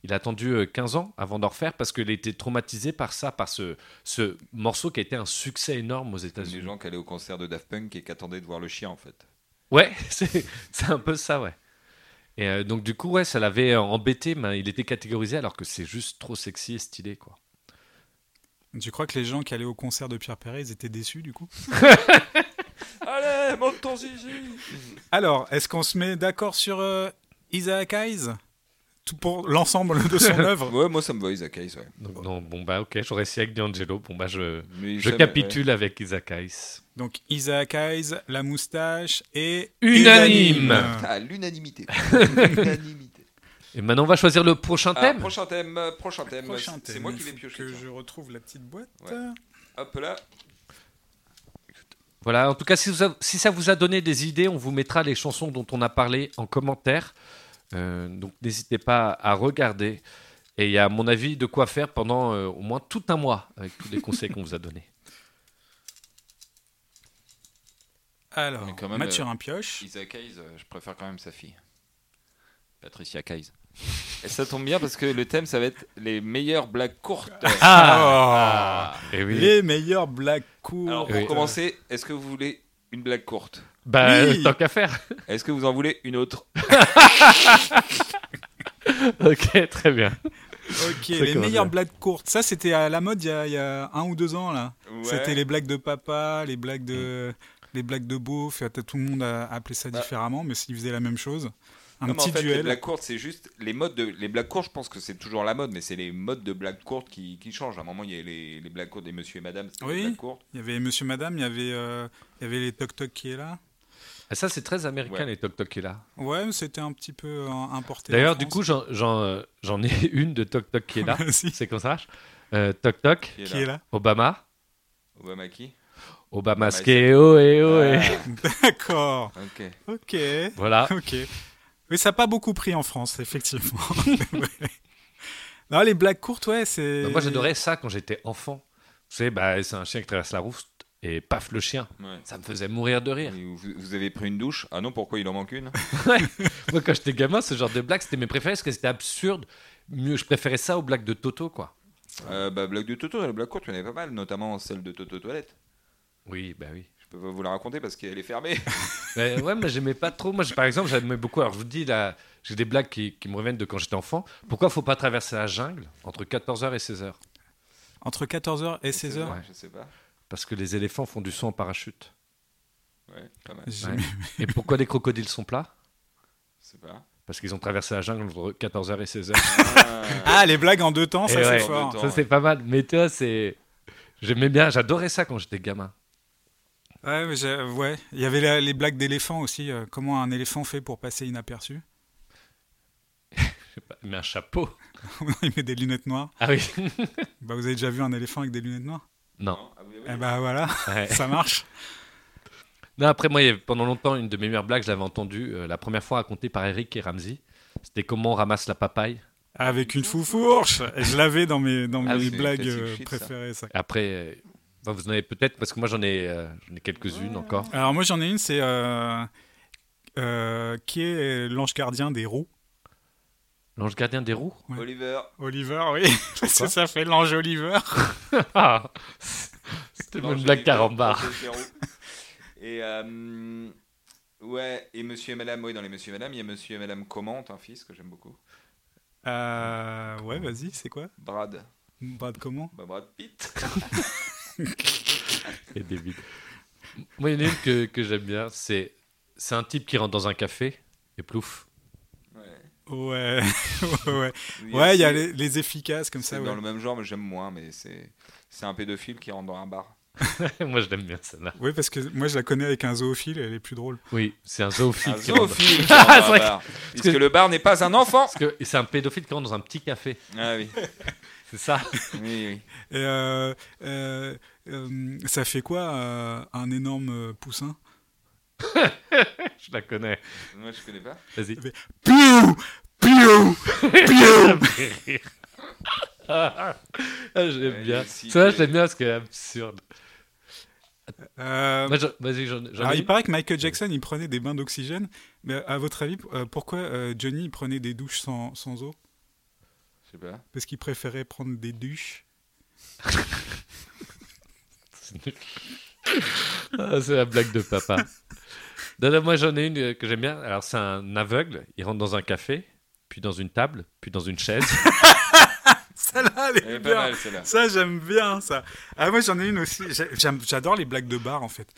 [SPEAKER 3] Il a attendu euh, 15 ans avant d'en refaire parce qu'il a été traumatisé par ça, par ce, ce morceau qui a été un succès énorme aux
[SPEAKER 4] Les
[SPEAKER 3] États-Unis.
[SPEAKER 4] gens qui allaient au concert de Daft Punk et qui attendaient de voir le chien, en fait.
[SPEAKER 3] Ouais, c'est c'est un peu ça, ouais. Et euh, donc, du coup, ouais, ça l'avait euh, embêté, mais il était catégorisé alors que c'est juste trop sexy et stylé, quoi.
[SPEAKER 5] Tu crois que les gens qui allaient au concert de Pierre Perret, ils étaient déçus du coup
[SPEAKER 4] Allez, monte ton zizi
[SPEAKER 5] Alors, est-ce qu'on se met d'accord sur euh, Isaac Hayes Tout pour l'ensemble de son œuvre
[SPEAKER 4] Ouais, moi, ça me va, Isaac Hayes, ouais.
[SPEAKER 3] Donc, non, bon, bah, ok, j'aurais essayé avec D'Angelo. Bon, bah, je.
[SPEAKER 4] Mais
[SPEAKER 3] Je
[SPEAKER 4] jamais-
[SPEAKER 3] capitule avec Isaac Hayes.
[SPEAKER 5] Donc, Isaac Hayes, La Moustache et...
[SPEAKER 3] Unanime.
[SPEAKER 4] ouais.
[SPEAKER 5] Unanime.
[SPEAKER 4] Ah, l'unanimité. l'unanimité.
[SPEAKER 3] Et maintenant, on va choisir le prochain
[SPEAKER 4] Ah,
[SPEAKER 3] thème.
[SPEAKER 4] prochain thème, euh, prochain thème.
[SPEAKER 5] Prochain
[SPEAKER 4] C'est- C'est
[SPEAKER 5] thème,
[SPEAKER 4] moi
[SPEAKER 5] il
[SPEAKER 4] qui vais
[SPEAKER 5] faut
[SPEAKER 4] piocher.
[SPEAKER 5] Que
[SPEAKER 4] tiens.
[SPEAKER 5] je retrouve la petite boîte.
[SPEAKER 4] Ouais. Hop là.
[SPEAKER 3] Voilà, en tout cas, si, vous a- si ça vous a donné des idées, on vous mettra les chansons dont on a parlé en commentaire. Euh, donc n'hésitez pas à regarder. Et il y a, à mon avis, de quoi faire pendant euh, au moins tout un mois avec tous les conseils qu'on vous a donnés.
[SPEAKER 5] Alors,
[SPEAKER 4] Mais quand même, euh,
[SPEAKER 5] Mathurin Pioche.
[SPEAKER 4] Isa Keyes, euh, je préfère quand même sa fille. Patricia Keyes. Et ça tombe bien parce que le thème, ça va être les meilleures blagues courtes.
[SPEAKER 5] Ah,
[SPEAKER 3] Et
[SPEAKER 5] Les meilleures blagues courtes.
[SPEAKER 4] Alors pour
[SPEAKER 3] Oui.
[SPEAKER 4] commencer, Euh. est-ce que vous voulez une blague courte
[SPEAKER 3] Bah,
[SPEAKER 5] Oui.
[SPEAKER 3] tant qu'à faire.
[SPEAKER 4] Est-ce que vous en voulez une autre
[SPEAKER 3] ok, très bien.
[SPEAKER 5] Ok,
[SPEAKER 3] Ça
[SPEAKER 5] les
[SPEAKER 3] commence
[SPEAKER 5] meilleures
[SPEAKER 3] bien.
[SPEAKER 5] blagues courtes. Ça, c'était à la mode il y, a, il y a un ou deux ans, là. C'était les blagues de papa, les blagues de, les blagues de beauf. et Tout tout le monde a appelé ça
[SPEAKER 4] Mm. Bah.
[SPEAKER 5] différemment, mais ils faisaient la même chose. Un
[SPEAKER 4] Non, mais en
[SPEAKER 5] petit
[SPEAKER 4] fait, Les
[SPEAKER 5] duel.
[SPEAKER 4] blagues courtes, c'est juste les modes de les blagues courtes. Je pense que c'est toujours la mode, mais c'est les modes de blagues courtes qui, qui changent. À un moment, il y a les, les blagues courtes des Monsieur et Madame. c'était
[SPEAKER 5] Oui.
[SPEAKER 4] Les blagues courtes.
[SPEAKER 5] Il y avait Monsieur Madame, il y avait, euh, il y avait les Toc Toc qui est là.
[SPEAKER 3] Ah, Ça, c'est très américain,
[SPEAKER 4] Ouais.
[SPEAKER 3] les Tok Tok Killa.
[SPEAKER 5] Ouais, mais c'était un petit peu euh, importé.
[SPEAKER 3] D'ailleurs,
[SPEAKER 5] en
[SPEAKER 3] du
[SPEAKER 5] France.
[SPEAKER 3] coup, j'en- j'en euh, j'en ai une de Tok Tok Killa.
[SPEAKER 5] Vas-y,
[SPEAKER 3] c'est comme ça marche. Euh, Tok Tok,
[SPEAKER 4] Qui est
[SPEAKER 5] qui
[SPEAKER 4] là
[SPEAKER 5] est là
[SPEAKER 3] Obama.
[SPEAKER 4] Obama qui
[SPEAKER 3] Obama,
[SPEAKER 4] c'est-
[SPEAKER 3] masqué, oh et oh et.
[SPEAKER 5] D'accord.
[SPEAKER 4] Ah, ok.
[SPEAKER 5] Ok.
[SPEAKER 3] Voilà. Bah,
[SPEAKER 5] Ok. Mais ça n'a pas beaucoup pris en France, effectivement. Ouais. non, les blagues courtes, ouais, c'est.
[SPEAKER 3] Bah, moi, j'adorais ça quand j'étais enfant. Tu sais, bah, c'est un chien qui traverse la route et paf, le chien.
[SPEAKER 4] Ouais.
[SPEAKER 3] Ça me faisait mourir de rire.
[SPEAKER 4] Et Vous, vous avez pris une douche Ah non, pourquoi il en manque une
[SPEAKER 3] Moi, quand j'étais gamin, ce genre de blague, c'était mes préférées parce que c'était absurde. Mieux, je préférais ça aux blagues de Toto, quoi.
[SPEAKER 4] Euh, bah, Blague de Toto, la blague courte, il y en avait pas mal, notamment celle de Toto Toilette.
[SPEAKER 3] Oui, bah oui.
[SPEAKER 4] Je peux pas vous la raconter parce qu'elle est fermée.
[SPEAKER 3] Mais, ouais, mais j'aimais pas trop. Moi, j'ai- par exemple, j'aimais beaucoup. Alors, je vous dis, là, j'ai des blagues qui, qui me reviennent de quand j'étais enfant. Pourquoi faut pas traverser la jungle entre 14h et 16h
[SPEAKER 5] Entre 14h et 16h.
[SPEAKER 3] ouais.
[SPEAKER 4] Je sais pas.
[SPEAKER 3] Parce que les éléphants font du saut en parachute.
[SPEAKER 4] Ouais, pas mal.
[SPEAKER 5] J'ai-
[SPEAKER 3] Ouais. Et pourquoi les crocodiles sont plats
[SPEAKER 4] Je sais pas.
[SPEAKER 3] Parce qu'ils ont traversé la jungle entre 14h et 16h.
[SPEAKER 4] Ah,
[SPEAKER 5] Ah, les blagues en deux temps, ça
[SPEAKER 3] Eh
[SPEAKER 5] c'est
[SPEAKER 3] ouais.
[SPEAKER 5] fort.
[SPEAKER 3] Ça, c'est pas mal. Mais tu vois, c'est. J'aimais bien, j'adorais ça quand j'étais gamin.
[SPEAKER 5] Ouais, mais j'ai- euh, ouais. Il y avait la- les blagues d'éléphants aussi. euh, comment un éléphant fait pour passer inaperçu
[SPEAKER 3] Je sais pas, Mais un chapeau.
[SPEAKER 5] Il met des lunettes noires.
[SPEAKER 3] Ah oui.
[SPEAKER 5] Bah, vous avez déjà vu un éléphant avec des lunettes noires
[SPEAKER 3] non.
[SPEAKER 4] Non, ah oui, oui.
[SPEAKER 5] Eh bah voilà,
[SPEAKER 3] Ouais.
[SPEAKER 5] ça marche.
[SPEAKER 3] Non, après, moi, il y avait pendant longtemps, une de mes meilleures blagues, je l'avais entendue euh, la première fois racontée par Eric et Ramsey. C'était comment on ramasse la papaye.
[SPEAKER 5] Avec une foufourche. Et Je l'avais dans mes, dans
[SPEAKER 4] Ah,
[SPEAKER 5] mes
[SPEAKER 4] c'est
[SPEAKER 5] blagues
[SPEAKER 4] classique
[SPEAKER 5] euh,
[SPEAKER 4] shit, ça.
[SPEAKER 5] préférées. ça.
[SPEAKER 3] Après, euh, enfin, vous en avez peut-être, parce que moi, j'en ai, euh, j'en ai quelques-unes encore.
[SPEAKER 5] Alors moi j'en ai une, c'est euh, euh, qui est l'ange gardien des roues
[SPEAKER 3] L'ange gardien des roues.
[SPEAKER 5] Ouais.
[SPEAKER 4] Oliver.
[SPEAKER 5] Oliver, oui. Parce que ça fait l'ange Oliver.
[SPEAKER 3] Ah, C'était
[SPEAKER 4] Non,
[SPEAKER 3] une
[SPEAKER 4] j'ai
[SPEAKER 3] blague
[SPEAKER 4] été
[SPEAKER 3] carambar.
[SPEAKER 4] François Férou. Et euh, ouais, et Monsieur et Madame, oui, dans les Monsieur et Madame, il y a Monsieur et Madame Comment, un fils que j'aime beaucoup.
[SPEAKER 5] Euh, ouais, vas-y, c'est quoi
[SPEAKER 4] Brad,
[SPEAKER 5] Brad comment
[SPEAKER 4] bah Brad Pitt.
[SPEAKER 3] Et débile. Moi, il y en a une que, que j'aime bien. C'est c'est un type qui rentre dans un café et plouf.
[SPEAKER 4] Ouais.
[SPEAKER 5] Ouais, ouais, ouais.
[SPEAKER 4] Oui,
[SPEAKER 5] Ouais, il y a
[SPEAKER 4] aussi,
[SPEAKER 5] les, les efficaces comme
[SPEAKER 4] c'est
[SPEAKER 5] ça.
[SPEAKER 4] dans
[SPEAKER 5] Ouais.
[SPEAKER 4] le même genre, mais j'aime moins. Mais c'est c'est un pédophile qui rentre dans un bar.
[SPEAKER 3] moi, je l'aime bien, celle-là.
[SPEAKER 5] Oui, parce que moi je la connais avec un zoophile, elle est plus drôle.
[SPEAKER 3] Oui, c'est un zoophile.
[SPEAKER 4] Un
[SPEAKER 3] qui rentre-
[SPEAKER 4] zoophile qui
[SPEAKER 3] Ah,
[SPEAKER 4] rentre
[SPEAKER 3] c'est
[SPEAKER 4] dans un
[SPEAKER 3] vrai que-
[SPEAKER 4] bar. Parce que le bar n'est pas un enfant.
[SPEAKER 3] Parce que c'est un pédophile qui rentre dans un petit café.
[SPEAKER 4] Ah oui,
[SPEAKER 3] C'est ça
[SPEAKER 4] oui, oui.
[SPEAKER 5] Et euh, euh, euh, ça fait quoi euh, un énorme euh, poussin
[SPEAKER 3] Je la connais.
[SPEAKER 4] Moi, je connais pas.
[SPEAKER 3] Vas-y.
[SPEAKER 5] Piou Piou
[SPEAKER 3] Ça me fait rire. Ah, j'aime
[SPEAKER 4] Ouais,
[SPEAKER 3] bien.
[SPEAKER 4] mais si,
[SPEAKER 3] Ça,
[SPEAKER 4] mais-
[SPEAKER 3] je l'aime bien parce que c'est absurde.
[SPEAKER 5] Euh,
[SPEAKER 3] Moi, je- Vas-y, j'en j'en
[SPEAKER 5] Alors,
[SPEAKER 3] ai
[SPEAKER 5] il
[SPEAKER 3] une.
[SPEAKER 5] paraît que Michael Jackson, il prenait des bains d'oxygène. Mais à votre avis, euh, pourquoi euh, Johnny il prenait des douches sans, sans eau
[SPEAKER 4] Je sais pas.
[SPEAKER 5] Parce qu'il préférait prendre des douches.
[SPEAKER 3] Ah, C'est la blague de papa. Non, non, moi, j'en ai une euh, que j'aime bien. Alors, c'est un aveugle. Il rentre dans un café, puis dans une table, puis dans une chaise.
[SPEAKER 5] Celle-là, elle est
[SPEAKER 4] Elle est
[SPEAKER 5] bien.
[SPEAKER 4] pas mal celle-là.
[SPEAKER 5] Ça, j'aime bien ça. Ah, moi, j'en ai une aussi. J'ai- j'aime- J'adore les blagues de bar, en fait.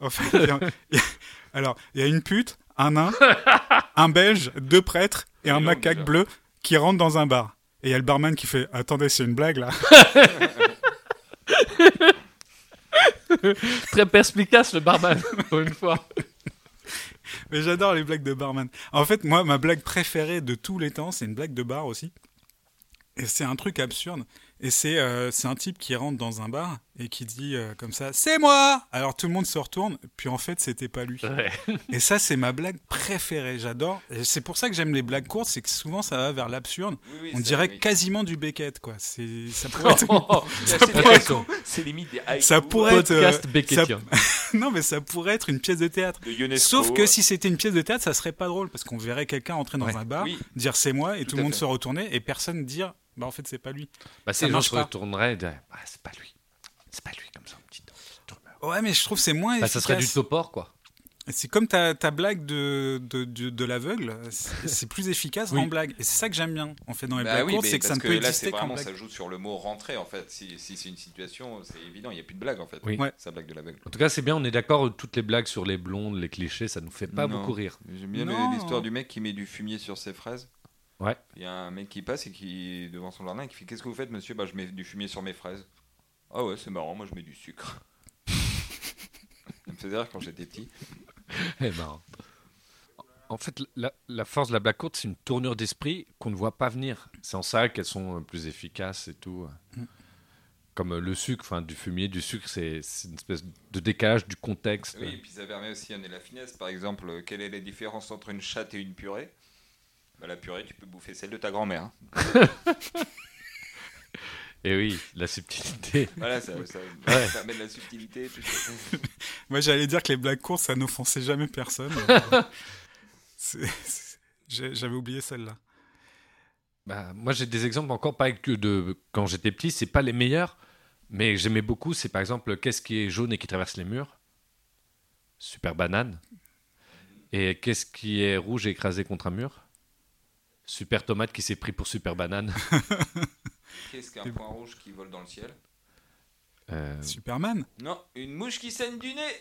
[SPEAKER 5] En fait, il y a- il y a- alors, il y a une pute, un nain, un belge, deux prêtres et un
[SPEAKER 4] longue,
[SPEAKER 5] macaque
[SPEAKER 4] déjà.
[SPEAKER 5] bleu qui rentrent dans un bar. Et il y a le barman qui fait Attendez, c'est une blague là.
[SPEAKER 3] Très perspicace, le barman, pour une fois.
[SPEAKER 5] Mais j'adore les blagues de barman. En fait, moi, ma blague préférée de tous les temps, c'est une blague de bar aussi. Et c'est un truc absurde. Et c'est euh, c'est un type qui rentre dans un bar et qui dit euh, comme ça C'est moi Alors tout le monde se retourne, puis en fait, c'était pas lui.
[SPEAKER 3] Ouais.
[SPEAKER 5] Et ça, c'est ma blague préférée, j'adore. Et c'est pour ça que j'aime les blagues courtes, c'est que souvent, ça va vers l'absurde. On dirait quasiment du Beckett, quoi. C'est- Ça
[SPEAKER 3] Oh,
[SPEAKER 5] pourrait être.
[SPEAKER 4] Oh, c'est
[SPEAKER 5] pourrait
[SPEAKER 4] des
[SPEAKER 5] être-
[SPEAKER 4] haïkus. C'est limite des haïkus
[SPEAKER 5] Ça pourrait être. euh,
[SPEAKER 3] Podcast Beckettien.
[SPEAKER 5] Non, mais ça pourrait être une pièce de théâtre.
[SPEAKER 4] de Ionesco.
[SPEAKER 5] Sauf que si c'était une pièce de théâtre, ça serait pas drôle parce qu'on verrait quelqu'un entrer dans
[SPEAKER 3] Ouais.
[SPEAKER 5] un bar,
[SPEAKER 4] Oui.
[SPEAKER 5] dire c'est moi et tout,
[SPEAKER 4] à
[SPEAKER 5] le monde
[SPEAKER 4] fait.
[SPEAKER 5] se retourner et personne dire bah en fait c'est pas lui.
[SPEAKER 3] Bah,
[SPEAKER 5] Ça
[SPEAKER 3] si les gens
[SPEAKER 5] marche
[SPEAKER 3] se
[SPEAKER 5] pas.
[SPEAKER 3] retourneraient, et diraient, ah, c'est pas lui. C'est pas lui, comme ça, un petit rumeur.
[SPEAKER 5] Ouais, mais je trouve que c'est moins
[SPEAKER 3] Bah,
[SPEAKER 5] efficace.
[SPEAKER 3] ça serait du topor, quoi.
[SPEAKER 5] C'est comme ta, ta blague de, de, de, de l'aveugle, c'est c'est plus efficace
[SPEAKER 3] Oui.
[SPEAKER 5] en blague. Et c'est ça que j'aime bien en fait dans les
[SPEAKER 4] Bah
[SPEAKER 5] blagues
[SPEAKER 4] oui,
[SPEAKER 5] courtes,
[SPEAKER 4] mais
[SPEAKER 5] c'est que ça
[SPEAKER 4] parce
[SPEAKER 5] ne peut
[SPEAKER 4] là,
[SPEAKER 5] exister
[SPEAKER 4] c'est
[SPEAKER 5] qu'en
[SPEAKER 4] vraiment, ça
[SPEAKER 5] blague.
[SPEAKER 4] joue sur le mot rentrer en fait. Si, si c'est une situation, c'est évident, il n'y a plus de blague en fait.
[SPEAKER 3] Oui.
[SPEAKER 5] Ouais.
[SPEAKER 4] Sa blague de l'aveugle.
[SPEAKER 3] En tout cas, c'est bien, on est d'accord, toutes les blagues sur les blondes, les clichés, ça nous fait pas
[SPEAKER 4] Non.
[SPEAKER 3] beaucoup rire.
[SPEAKER 4] J'aime bien
[SPEAKER 5] Non.
[SPEAKER 4] le- l'histoire du mec qui met du fumier sur ses fraises.
[SPEAKER 3] Ouais.
[SPEAKER 4] Il y a un mec qui passe et qui devant son jardin et qui fait Qu'est-ce que vous faites, monsieur Bah, je mets du fumier sur mes fraises. Ah ouais, c'est marrant, moi je mets du sucre. Ça me faisait rire quand j'étais petit.
[SPEAKER 3] Eh ben, en fait, la, la force de la blague courte, c'est une tournure d'esprit qu'on ne voit pas venir. C'est en ça qu'elles sont euh, plus efficaces et tout. Comme euh, le sucre, enfin du fumier, du sucre, c'est c'est une espèce de décalage du contexte.
[SPEAKER 4] Oui, et puis ça permet aussi d'amener la finesse. Par exemple, euh, quelle est la différence entre une chatte et une purée bah, La purée, tu peux bouffer celle de ta grand-mère. hein.
[SPEAKER 3] Et oui, la subtilité.
[SPEAKER 4] Voilà, ça, ça,
[SPEAKER 3] Ouais.
[SPEAKER 4] ça permet de la subtilité. tout ça.
[SPEAKER 5] Moi j'allais dire que les blagues courtes ça n'offensait jamais personne. Euh, c'est- c'est- j'ai- J'avais oublié celle-là.
[SPEAKER 3] Ah Bah, moi, j'ai des exemples encore pas que de quand j'étais petit, c'est pas les meilleurs, mais j'aimais beaucoup. C'est par exemple qu'est-ce qui est jaune et qui traverse les murs Super banane. Et qu'est-ce qui est rouge et écrasé contre un mur Super tomate qui s'est pris pour super banane.
[SPEAKER 4] Qu'est-ce qu'un point rouge qui vole dans le ciel
[SPEAKER 3] Euh,
[SPEAKER 5] Superman
[SPEAKER 4] Non, une mouche qui saigne du nez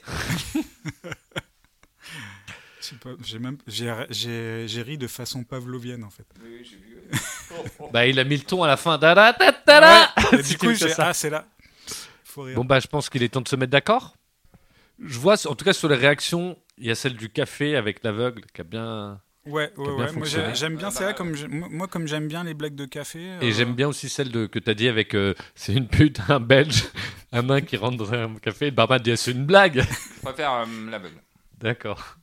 [SPEAKER 5] Je sais pas, j'ai même- J'ai j'ai- j'ai ri de façon pavlovienne en fait.
[SPEAKER 4] Oui, oui, j'ai vu.
[SPEAKER 3] bah, il a mis le ton à la fin. Da da da da da
[SPEAKER 5] Ouais, et
[SPEAKER 3] Si
[SPEAKER 5] du
[SPEAKER 3] tu
[SPEAKER 5] coup,
[SPEAKER 3] me fais
[SPEAKER 5] j'ai-
[SPEAKER 3] ça.
[SPEAKER 5] ah, c'est là. Faut rire.
[SPEAKER 3] Bon, bah, je pense qu'il est temps de se mettre d'accord. Je vois, en tout cas, sur les réactions, il y a celle du café avec l'aveugle qui a bien.
[SPEAKER 5] ouais, ouais,
[SPEAKER 3] bien
[SPEAKER 5] ouais. Moi,
[SPEAKER 3] fonctionné.
[SPEAKER 5] j'ai- j'aime bien,
[SPEAKER 4] Ah,
[SPEAKER 5] c'est
[SPEAKER 4] bah,
[SPEAKER 5] là, comme j'ai- moi, moi, comme j'aime bien les blagues de café. euh,
[SPEAKER 3] Et j'aime bien aussi celle de, que tu as dit avec euh, c'est une pute, un belge, un nain qui rentre dans un café, le barman dit c'est une blague.
[SPEAKER 4] Je préfère euh, l'aveugle.
[SPEAKER 3] D'accord.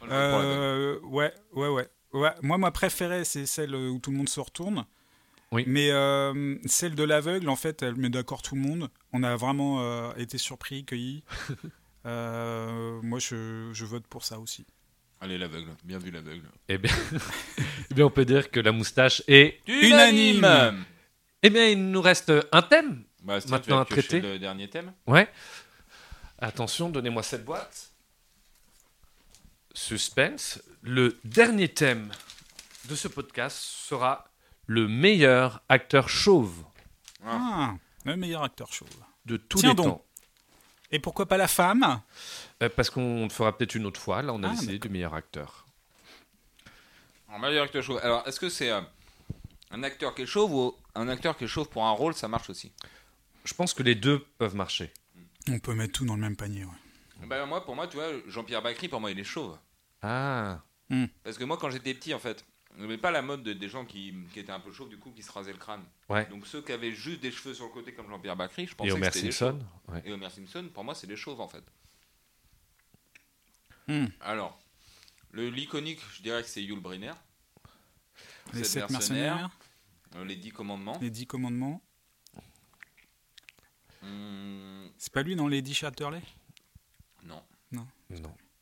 [SPEAKER 4] Moi, je vais prendre l'aveugle.
[SPEAKER 5] euh, ouais, ouais, ouais. Ouais, moi, ma préférée, c'est celle euh, où tout le monde se retourne.
[SPEAKER 3] Oui.
[SPEAKER 5] Mais euh, celle de l'aveugle, en fait, elle met d'accord tout le monde. On a vraiment euh, été surpris, cueillis. Euh, moi, je, je vote pour ça aussi.
[SPEAKER 4] Allez, l'aveugle. Bien vu, l'aveugle.
[SPEAKER 3] Eh bien, eh bien, on peut dire que la moustache est.
[SPEAKER 5] Unanime.
[SPEAKER 3] Eh bien, il nous reste un thème.
[SPEAKER 4] Bah, Steve,
[SPEAKER 3] Maintenant,
[SPEAKER 4] Maintenant,
[SPEAKER 3] à
[SPEAKER 4] tu vas piocher
[SPEAKER 3] traiter.
[SPEAKER 4] le dernier thème
[SPEAKER 3] Ouais. Attention, donnez-moi cette boîte. Suspense. Le dernier thème de ce podcast sera le meilleur acteur chauve
[SPEAKER 5] Ah, le meilleur acteur chauve.
[SPEAKER 3] de tous
[SPEAKER 5] Tiens
[SPEAKER 3] les
[SPEAKER 5] donc.
[SPEAKER 3] temps.
[SPEAKER 5] Et pourquoi pas la femme
[SPEAKER 3] Euh, parce qu'on le fera peut-être une autre fois. Là, on a
[SPEAKER 5] Ah,
[SPEAKER 3] décidé du meilleur acteur.
[SPEAKER 4] En meilleur acteur chauve. Alors, est-ce que c'est euh, un acteur qui est chauve ou un acteur qui est chauve pour un rôle Ça marche aussi.
[SPEAKER 3] Je pense que les deux peuvent marcher.
[SPEAKER 5] On peut mettre tout dans le même panier. ouais.
[SPEAKER 4] Bah, moi, pour moi, tu vois, Jean-Pierre Bacry, pour moi, il est chauve.
[SPEAKER 3] Ah,
[SPEAKER 4] Parce que moi, quand j'étais petit, en fait, on n'avait pas la mode de- des gens qui, qui étaient un peu chauves, du coup, qui se rasaient le crâne.
[SPEAKER 3] Ouais.
[SPEAKER 4] Donc, ceux qui avaient juste des cheveux sur le côté, comme Jean-Pierre Bacry, je pensais
[SPEAKER 3] et Homer
[SPEAKER 4] que c'était des
[SPEAKER 3] Simpson. ouais.
[SPEAKER 4] Et Homer Simpson, pour moi, c'est des chauves en fait.
[SPEAKER 5] Hmm.
[SPEAKER 4] Alors, le l'iconique, je dirais que c'est Yul Brynner,
[SPEAKER 5] Les
[SPEAKER 4] Sept
[SPEAKER 5] sept
[SPEAKER 4] mercenaires.
[SPEAKER 5] mercenaires,
[SPEAKER 4] euh, les Dix Commandements.
[SPEAKER 5] les dix commandements.
[SPEAKER 4] Hmm,
[SPEAKER 5] C'est pas lui dans Ah les dix Chatterley
[SPEAKER 4] non,
[SPEAKER 3] Non,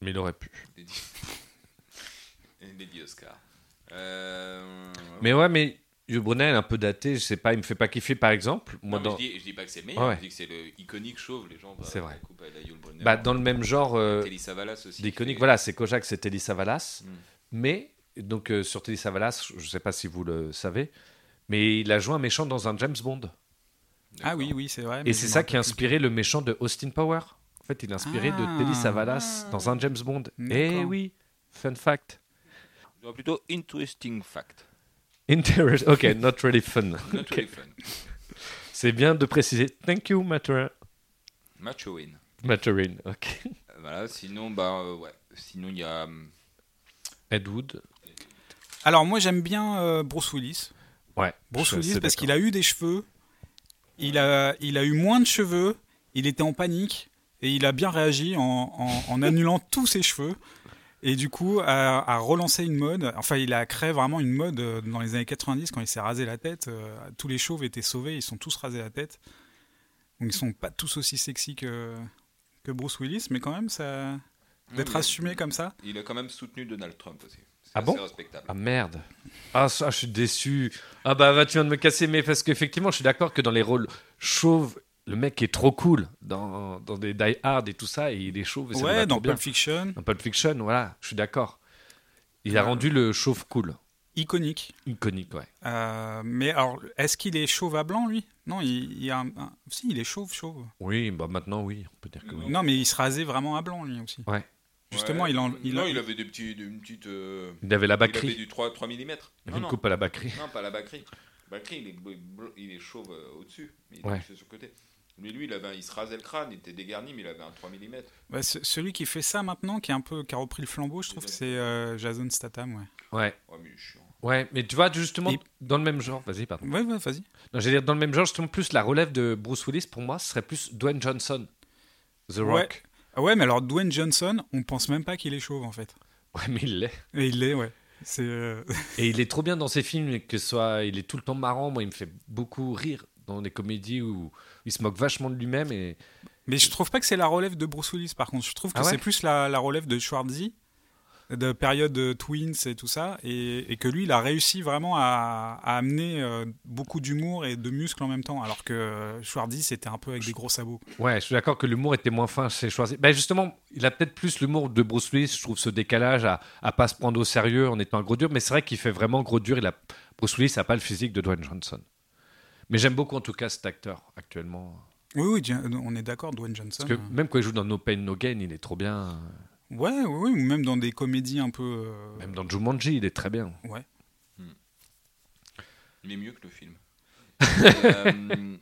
[SPEAKER 3] mais il aurait pu.
[SPEAKER 4] les dix, et les dix Oscars. Euh,
[SPEAKER 3] Mais ouais, mais Yul Brunel est un peu daté. Je sais pas, il me fait pas kiffer, par exemple.
[SPEAKER 4] non,
[SPEAKER 3] Moi,
[SPEAKER 4] mais
[SPEAKER 3] dans,
[SPEAKER 4] je, dis, je dis pas que c'est le meilleur,
[SPEAKER 3] Ouais.
[SPEAKER 4] je dis que c'est le iconique chauve, les gens.
[SPEAKER 3] C'est vrai.
[SPEAKER 4] Coupe à la Yul Brynner.
[SPEAKER 3] bah, dans le même genre euh,
[SPEAKER 4] Telly Savalas aussi.
[SPEAKER 3] d'iconique,
[SPEAKER 4] qui fait-
[SPEAKER 3] voilà, c'est Kojak, c'est Telly Savalas.
[SPEAKER 4] Mm.
[SPEAKER 3] Mais, donc, euh, sur Telly Savalas, je sais pas si vous le savez, mais il a joué un méchant dans un James Bond.
[SPEAKER 5] Ah
[SPEAKER 4] D'accord.
[SPEAKER 5] oui, oui, c'est vrai. mais
[SPEAKER 3] Et
[SPEAKER 5] je
[SPEAKER 3] c'est
[SPEAKER 5] me
[SPEAKER 3] ça
[SPEAKER 5] rappelle
[SPEAKER 3] qui a inspiré le méchant de Austin Power. En fait, il est inspiré
[SPEAKER 5] Ah.
[SPEAKER 3] de Telly Savalas dans un James Bond. Eh
[SPEAKER 5] D'accord.
[SPEAKER 3] oui, fun fact.
[SPEAKER 4] Je dirais plutôt interesting fact.
[SPEAKER 3] Interest. Ok, not really fun.
[SPEAKER 4] Not
[SPEAKER 3] Ok.
[SPEAKER 4] really fun.
[SPEAKER 3] C'est bien de préciser. Thank you, Maturin.
[SPEAKER 4] Macho win.
[SPEAKER 3] Maturin, ok.
[SPEAKER 4] Voilà, sinon, bah euh, ouais. Sinon, il y a. hum,
[SPEAKER 3] Ed Wood.
[SPEAKER 5] Alors moi j'aime bien euh, Bruce Willis.
[SPEAKER 3] Ouais.
[SPEAKER 5] Bruce
[SPEAKER 3] je suis
[SPEAKER 5] Willis
[SPEAKER 3] assez
[SPEAKER 5] parce
[SPEAKER 3] d'accord.
[SPEAKER 5] qu'il a eu des cheveux, il a, il a eu moins de cheveux, il était en panique et il a bien réagi en, en- en annulant tous ses cheveux. Et du coup, a, a relancé une mode. Enfin, il a créé vraiment une mode euh, dans les années 90 quand il s'est rasé la tête. euh, tous les chauves étaient sauvés, ils sont tous rasés la tête. Donc, ils sont pas tous aussi sexy que, que Bruce Willis, mais quand même, ça d'être
[SPEAKER 3] Mmh.
[SPEAKER 4] mais-
[SPEAKER 5] assumé comme ça.
[SPEAKER 4] Il a quand même soutenu Donald Trump aussi. C'est
[SPEAKER 3] Ah
[SPEAKER 4] assez
[SPEAKER 3] bon
[SPEAKER 4] respectable.
[SPEAKER 3] Ah merde. Ah ça, je suis déçu. Ah bah, va tu viens de me casser, mais parce qu'effectivement, je suis d'accord que dans les rôles chauves, le mec est trop cool dans, dans des Die Hard et tout ça, et il est chauve. Et ça lui va
[SPEAKER 5] Ouais, dans
[SPEAKER 3] trop bien.
[SPEAKER 5] Pulp Fiction,
[SPEAKER 3] dans Pulp Fiction, voilà, je suis d'accord. Il a
[SPEAKER 5] Ouais.
[SPEAKER 3] rendu le chauve cool,
[SPEAKER 5] iconique.
[SPEAKER 3] iconique, ouais.
[SPEAKER 5] Euh, mais alors, est-ce qu'il est chauve à blanc, lui Non, il, il a un- un- Si, il est chauve, chauve.
[SPEAKER 3] Oui, bah maintenant, oui, on peut dire que oui.
[SPEAKER 5] Non, mais il se rasait vraiment à blanc, lui aussi.
[SPEAKER 3] Ouais.
[SPEAKER 5] Justement, il, en, il,
[SPEAKER 4] Non, il avait des petits, une petite. euh,
[SPEAKER 3] Il avait la
[SPEAKER 4] Il avait
[SPEAKER 3] bacrie,
[SPEAKER 4] du 3, 3 mm.
[SPEAKER 3] il
[SPEAKER 4] Non,
[SPEAKER 3] avait une
[SPEAKER 4] non.
[SPEAKER 3] coupe à la bacrie.
[SPEAKER 4] non, pas la bacrie. Bacrie, il est, bl- bl- il est chauve euh, au-dessus, mais il
[SPEAKER 3] Ouais.
[SPEAKER 4] est sur le côté. Mais lui, il, avait, un- il se rasait le crâne, il était dégarni, mais il avait un 3 mm.
[SPEAKER 5] Ouais, ce- celui qui fait ça maintenant, qui, est un peu, qui a repris le flambeau, je trouve que c'est euh, Jason Statham. Ouais,
[SPEAKER 3] Ouais,
[SPEAKER 4] Oh, mais il est chiant.
[SPEAKER 3] ouais, mais tu vois, justement,
[SPEAKER 5] Et-
[SPEAKER 3] dans le même genre, vas-y, pardon.
[SPEAKER 5] ouais, ouais vas-y.
[SPEAKER 3] Non, j'allais dire, dans le même genre, justement, plus la relève de Bruce Willis, pour moi, ce serait plus Dwayne Johnson, The
[SPEAKER 5] Ouais.
[SPEAKER 3] Rock.
[SPEAKER 5] Ah ouais, mais alors, Dwayne Johnson, on pense même pas qu'il est chauve, en fait.
[SPEAKER 3] ouais mais il l'est.
[SPEAKER 5] Et il l'est, ouais. C'est euh,
[SPEAKER 3] Et il est trop bien dans ses films, que ce soit, il est tout le temps marrant. Moi, il me fait beaucoup rire dans des comédies où il se moque vachement de lui-même. Et
[SPEAKER 5] Mais je trouve pas que c'est la relève de Bruce Willis, par contre. Je trouve que
[SPEAKER 3] Ah ouais
[SPEAKER 5] c'est plus la, la relève de Schwarzy, de période euh, Twins et tout ça, et, et que lui, il a réussi vraiment à, à amener euh, beaucoup d'humour et de muscles en même temps, alors que euh, Schwarzy, c'était un peu avec des gros sabots.
[SPEAKER 3] ouais, je suis d'accord que l'humour était moins fin chez Schwarzenegger. Ben justement, il a peut-être plus l'humour de Bruce Willis. Je trouve ce décalage à, à pas se prendre au sérieux en étant un gros dur. Mais c'est vrai qu'il fait vraiment gros dur. Il a Bruce Willis n'a pas le physique de Dwayne Johnson. Mais j'aime beaucoup en tout cas cet acteur actuellement.
[SPEAKER 5] Oui, oui, Jan- on est d'accord, Dwayne Johnson.
[SPEAKER 3] Parce que même quand il joue dans No Pain No Gain, il est trop bien.
[SPEAKER 5] Ouais, oui, oui, ou même dans des comédies un peu. euh,
[SPEAKER 3] Même dans Jumanji, il est très bien.
[SPEAKER 5] Ouais.
[SPEAKER 4] Il est mieux que le film. Euh,